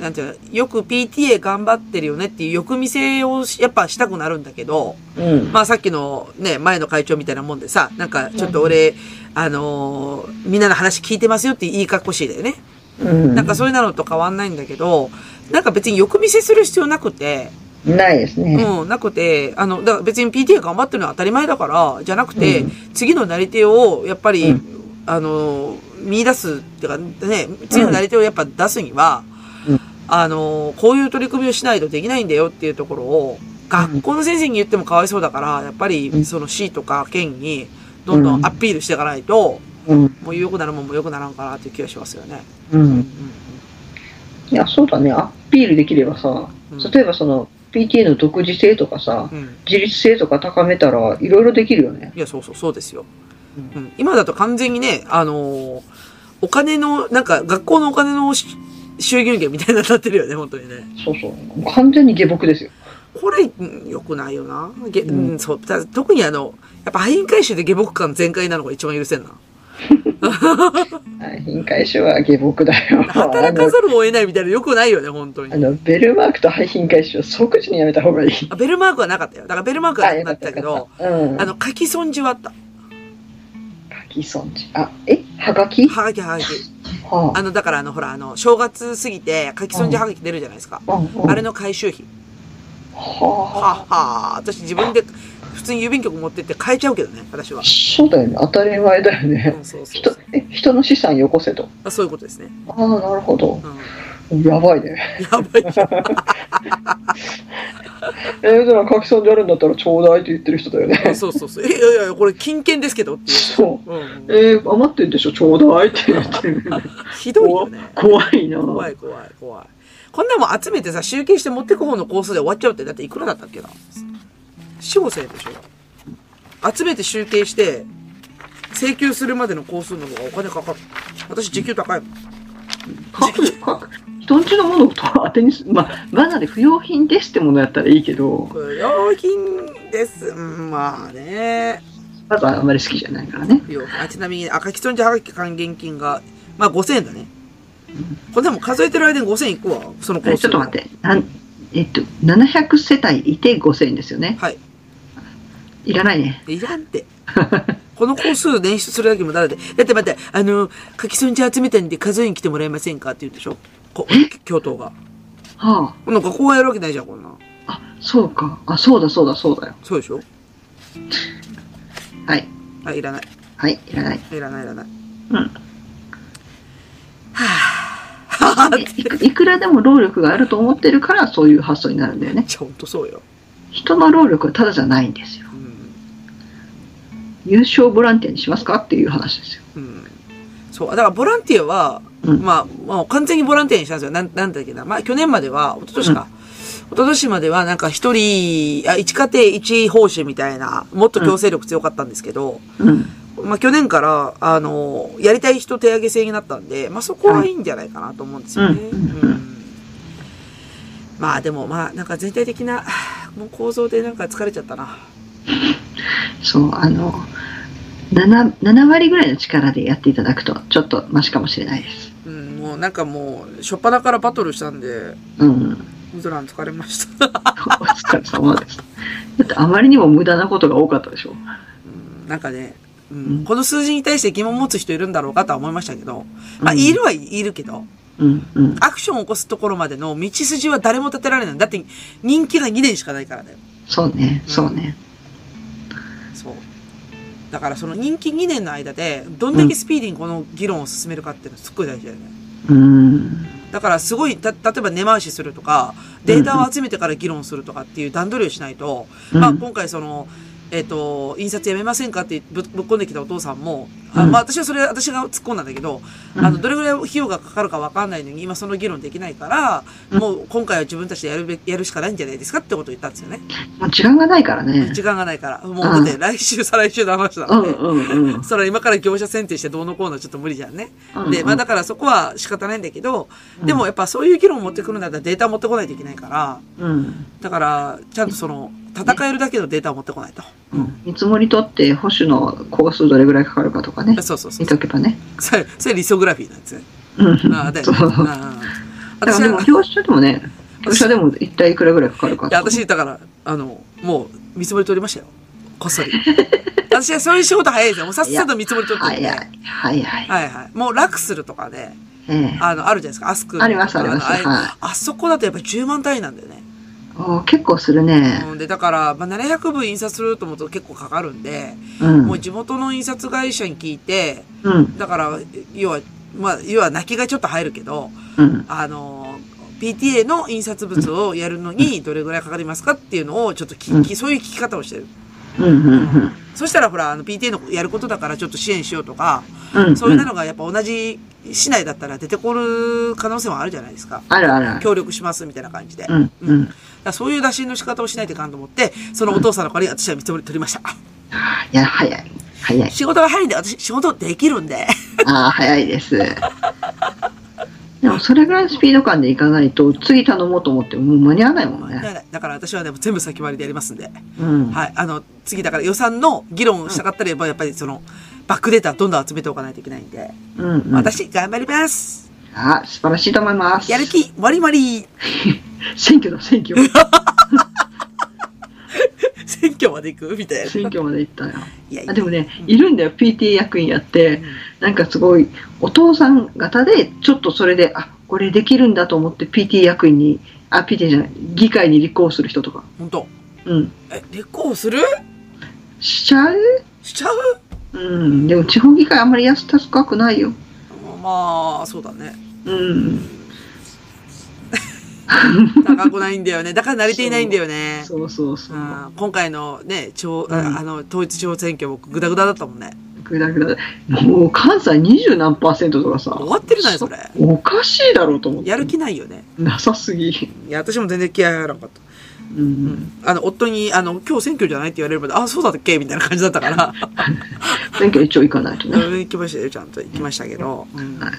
Speaker 2: なんていうの、よく PTA 頑張ってるよねっていう欲見せをしやっぱしたくなるんだけど、
Speaker 3: うん。
Speaker 2: まあさっきのね、前の会長みたいなもんでさ、なんかちょっと俺、あのーみんなの話聞いてますよっていい格好しいだよね。
Speaker 3: うん。
Speaker 2: なんかそういうのと変わんないんだけど、なんか別に欲見せする必要なくて、
Speaker 3: ないですね。
Speaker 2: うん、なくて、あの、だから別に PTA 頑張ってるのは当たり前だから、じゃなくて、
Speaker 3: うん
Speaker 2: 次のなり手を、やっぱり、
Speaker 3: うん
Speaker 2: あの、見出す、ってかね、次のなり手をやっぱ出すには、
Speaker 3: うん
Speaker 2: あの、こういう取り組みをしないとできないんだよっていうところを、学校の先生に言ってもかわいそうだから、やっぱ
Speaker 3: う
Speaker 2: り、
Speaker 3: ん
Speaker 2: その市とか県に、どんどんアピールしていかないと、
Speaker 3: うん。
Speaker 2: もう良くなるもんも良くならんかなっていう気がしますよね。
Speaker 3: う
Speaker 2: うん
Speaker 3: ん。いや、そうだね。アピールできればさ、
Speaker 2: うん
Speaker 3: 例えばその、PTA の独自性とかさ、
Speaker 2: うん。うん。
Speaker 3: 自立性とか高めたら、いろいろできるよね。
Speaker 2: いや、そうそう、そうですよ。
Speaker 3: うん
Speaker 2: うん、今だと完全にね、あのーお金の、なんか学校のお金のし収入源みたいになってるよね、本当にね。
Speaker 3: そうそう。完全に下僕ですよ。
Speaker 2: これ、うん良くないよな。げ
Speaker 3: うん
Speaker 2: うん、そうた特にあの、やっぱ敗因回収で下僕感全開なのが一番許せんな。
Speaker 3: はい、品回収は下僕だよ。
Speaker 2: 働かざるを得ないみたいな良くないよね、本当
Speaker 3: あ
Speaker 2: に。
Speaker 3: の、ベルマークと廃品回収は即時にやめた方がいい。
Speaker 2: あベルマークはなかったよ。だからベルマークはなかったけど、
Speaker 3: あ、うん。
Speaker 2: あ
Speaker 3: あの、
Speaker 2: の、書き損じはあった。
Speaker 3: 書き損じ。あ、えはがき
Speaker 2: はがきはがき。
Speaker 3: は
Speaker 2: あの、だからあの、ほら、あの、正月過ぎて書き損じはがき出るじゃないですか。
Speaker 3: あ。うんうん
Speaker 2: あれの回収費。
Speaker 3: は
Speaker 2: はあはあ、私自分で普通に郵便局持ってって変えちゃうけどね、私は
Speaker 3: あ。。そうだよね。当たり前だよ
Speaker 2: う
Speaker 3: ね。
Speaker 2: ん、そうそうそ
Speaker 3: 人
Speaker 2: う。、
Speaker 3: え、人の資産よこせと。
Speaker 2: あそういうことですね。
Speaker 3: ああ、なるほど。
Speaker 2: うん、
Speaker 3: やばいね。
Speaker 2: やばいよ。
Speaker 3: えー、でも書き損じあるんだったらちょうだいって言ってる人だよね。
Speaker 2: そうそうそう。いやいやいや、これ金券ですけどっていう。
Speaker 3: そうう。
Speaker 2: ん、
Speaker 3: えー、余ってんでしょちょうだいって言ってる。
Speaker 2: ひどいよね。
Speaker 3: 怖いな。
Speaker 2: 怖い怖い怖い。こんなもん集めてさ、集計して持ってく方のコースで終わっちゃうって、だっていくらだったっけな ?4、5千円でしょ集めて集計して、請求するまでのコースの方がお金かかる。私時給高いもん。
Speaker 3: 各各人んちのものを当てにすまあ、マナーで不要品ですってものやったらいいけど、
Speaker 2: 不用品です。うんまあね。
Speaker 3: まずあんまり好きじゃないからね。
Speaker 2: よあちなみに赤きそんじゃはがき還元金が、まあ5000円だね。これでも数えてる間に5000いくわ、そのコ
Speaker 3: え
Speaker 2: ース。
Speaker 3: ちょっと待って。なんえっと、700世帯いて5000円ですよね。
Speaker 2: はい。
Speaker 3: いらないね。
Speaker 2: いらんって。 この個数捻出するだけもだで。だって待って、あの、書きそんじゃ集めたんで数えに来てもらえませんかって言うでしょこ教頭が。
Speaker 3: は
Speaker 2: なんかこうやるわけないじゃん、こんなん。
Speaker 3: あ。あ、そうか。あ、そうだそうだそうだよ。
Speaker 2: そうでしょ
Speaker 3: はい。
Speaker 2: あ、いらない。
Speaker 3: はい、いらない。
Speaker 2: いらない、いらない。
Speaker 3: うん。
Speaker 2: はぁ。
Speaker 3: えいくいくらでも労力があると思ってるから、そういう発想になるんだよね。
Speaker 2: ちゃほんとそうよ。
Speaker 3: 人の労力はただじゃないんですよ
Speaker 2: う。ん。
Speaker 3: 優勝ボランティアにしますかっていう話ですよ。
Speaker 2: うん。そう。だからボランティアは、
Speaker 3: うん。
Speaker 2: まあ、まあ、完全にボランティアにしたんですよ。なん、なんだっけな。まあ、去年までは、一昨年か。一昨年までは、なんか一人、あ、一家庭一報酬みたいな、もっと強制力強かったんですけど、
Speaker 3: うん。
Speaker 2: まあ、去年から、あの、やりたい人手上げ制になったんで、まあ、そこはいいんじゃないかなと思うんですよね。う
Speaker 3: う
Speaker 2: んん。まあ、でも、まあ、なんか全体的な、もう構造でなんか疲れちゃったな。
Speaker 3: そう、あの、7, 7割ぐらいの力でやっていただくと、ちょっとマシかもしれないです。
Speaker 2: うん、もうなんかもう、初っ端からバトルしたんで、
Speaker 3: うん。
Speaker 2: ウズラン疲れました。
Speaker 3: お疲れ様です。だってあまりにも無駄なことが多かったでしょ。
Speaker 2: なんかね、う
Speaker 3: うん
Speaker 2: ん、この数字に対して疑問を持つ人いるんだろうかとは思いましたけど、まあ、
Speaker 3: うん
Speaker 2: いるはいるけど、
Speaker 3: うん、うん。
Speaker 2: アクションを起こすところまでの道筋は誰も立てられない。だって、人気が2年しかないからだよ。
Speaker 3: そうね、
Speaker 2: うん
Speaker 3: そうね。
Speaker 2: そう。だからその人気2年の間で、どんだけスピーディーにこの議論を進めるかっていうのはすっごい大事だよね。
Speaker 3: うん。
Speaker 2: だからすごい、た、例えば根回しするとか、データを集めてから議論するとかっていう段取りをしないと、
Speaker 3: うん
Speaker 2: まあ今回その、えっ、と、印刷やめませんかってぶぶっこんできたお父さんも、あ
Speaker 3: うん
Speaker 2: まあ私はそれ、私が突っ込んだんだけど、
Speaker 3: うん
Speaker 2: あの、どれぐらい費用がかかるかわかんないのに、今その議論できないから、
Speaker 3: うん
Speaker 2: もう今回は自分たちでやるべき、やるしかないんじゃないですかってことを言ったんですよね。
Speaker 3: もう時間がないからね。
Speaker 2: 時間がないから。もうだって来週、再来週の話な
Speaker 3: うんん
Speaker 2: で。
Speaker 3: うんうん
Speaker 2: それ今から業者選定してどうのこうのちょっと無理じゃんね。
Speaker 3: うん。
Speaker 2: で、まあだからそこは仕方ないんだけど、
Speaker 3: うん
Speaker 2: でもやっぱそういう議論を持ってくるんだったらデータを持ってこないといけないから、
Speaker 3: うん。
Speaker 2: だから、ちゃんとその、戦えるだけのデータを持ってこないと。
Speaker 3: うん。見積もり取って、保守の工数どれぐらいかかるかとかね。
Speaker 2: そうそうそ
Speaker 3: 見
Speaker 2: う
Speaker 3: とけばね。
Speaker 2: それ。それリソグラフィーなんですね。
Speaker 3: うん。
Speaker 2: ああ、だよ
Speaker 3: そ
Speaker 2: ね。あ
Speaker 3: う。だから
Speaker 2: 私
Speaker 3: でも
Speaker 2: は、い
Speaker 3: 表紙でもね、表紙でも一体いくらぐらいかかるか
Speaker 2: や、私、だから、あの、もう、見積もり取りましたよ。こっ そり。私はそういう仕事早いですよ。もうさっさと見積もり取ってるんで。
Speaker 3: 早い、早い。
Speaker 2: はいはい。もう楽するとかね、
Speaker 3: ええ
Speaker 2: あの、あるじゃないですか、アスクとか。
Speaker 3: ありますあります
Speaker 2: のあれ
Speaker 3: はい
Speaker 2: あそこだとやっぱ10万単位なんだよね。
Speaker 3: おー結構するね。
Speaker 2: うん、で、だから、まあ、700部印刷すると思うと結構かかるんで、
Speaker 3: うん。
Speaker 2: も
Speaker 3: う
Speaker 2: う地元の印刷会社に聞いて、
Speaker 3: ん。
Speaker 2: だから、要は、まあ、要は泣きがちょっと入るけど、
Speaker 3: うん。
Speaker 2: あの、PTA の印刷物をやるのにどれぐらいかかりますかっていうのをちょっと聞き、そういう聞き方をしてる。
Speaker 3: うん。うん。
Speaker 2: そしたらほら、あの PTA のやることだからちょっと支援しようとか、
Speaker 3: うん。うん。
Speaker 2: そういうのがやっぱ同じ市内だったら出てこる可能性もあるじゃないですか。
Speaker 3: あるあるある。
Speaker 2: 協力しますみたいな感じで。
Speaker 3: うん。
Speaker 2: う
Speaker 3: うんん
Speaker 2: だ。からそういう打診の仕方をしないといかんと思って、そのお父さんの代わりに私は見積もり取りました。
Speaker 3: いや、早い。早い。
Speaker 2: 仕事が入るんで、私仕事できるんで。
Speaker 3: ああ、早いです。でも、それぐらいのスピード感でいかないと、次頼もうと思っても、もう間に合わないもんね。
Speaker 2: だから私はね、もう全部先回りでやりますんで。
Speaker 3: うん。
Speaker 2: はい。あの、次だから予算の議論をしたかったら、やっぱやっぱりその、バックデータどんどん集めておかないといけないんで。
Speaker 3: うん、うん。
Speaker 2: 私、頑張ります。
Speaker 3: あ素晴らしいと思います。
Speaker 2: やる気、もりもり。
Speaker 3: 選挙だ、選 挙。
Speaker 2: 選挙まで行くみたいな。
Speaker 3: 選挙まで行ったよ。
Speaker 2: いやいや
Speaker 3: あでもね、
Speaker 2: うん
Speaker 3: いるんだよ、PT 役員やって、なんかすごい、お父さん方で、ちょっとそれで、あこれできるんだと思って、PT 役員に、あ、PT じゃない、議会に立候補する人とか、
Speaker 2: 本当
Speaker 3: うん、
Speaker 2: え、立候補する
Speaker 3: しちゃう
Speaker 2: しちゃう
Speaker 3: うん、でも地方議会あんまり安たすかくないよ。
Speaker 2: まあ、そうだね。
Speaker 3: うん、
Speaker 2: 高くないんだよね。だから慣れていないんだよね。
Speaker 3: そうそうそうう。
Speaker 2: ん今回のね、地方あ
Speaker 3: うん
Speaker 2: あの、統一地方選挙もグダグダだったもんね。
Speaker 3: ぐだぐだ。もう関西二十何パーセントとかさ。
Speaker 2: 終わってるなよそれ
Speaker 3: おかしいだろうと思って。
Speaker 2: やる気ないよね。
Speaker 3: なさすぎ。
Speaker 2: いや、私も全然気合入らなかった。
Speaker 3: う。
Speaker 2: うんん。あの、夫に、あの、今日選挙じゃないって言われるまで、あ、そうだっけみたいな感じだったから。
Speaker 3: 選挙一応行かないと ね。
Speaker 2: うん行きましたよ、ちゃんと行きましたけど。うん。は
Speaker 3: はい
Speaker 2: い。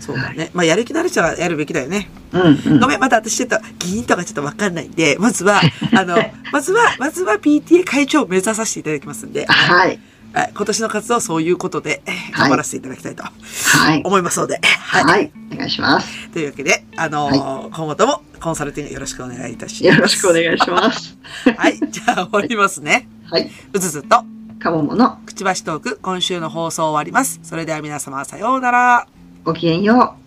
Speaker 2: そうだね。まあ、やる気のある人はやるべきだよね。
Speaker 3: うん、うん
Speaker 2: ご。めん、また私ちょっと、議員とかちょっとわかんないんで、まず は、あの、まずは、まずは PTA 会長を目指させていただきますんで、
Speaker 3: はい。
Speaker 2: はい今年の活動はそういうことで、えー頑張らせていただきたいと
Speaker 3: はい。
Speaker 2: 思います ので、はい。
Speaker 3: はい。お願いします。
Speaker 2: というわけで、あのー今後ともコンサルティングよろしくお願いいたしま
Speaker 3: よ
Speaker 2: す。
Speaker 3: ろしくお願いします。
Speaker 2: はい。じゃあ、終わりますね。
Speaker 3: はい。
Speaker 2: うずずと、
Speaker 3: かももの
Speaker 2: くちばしトーク、今週の放送終わります。それでは皆様、さようなら。
Speaker 3: ごきげんよう。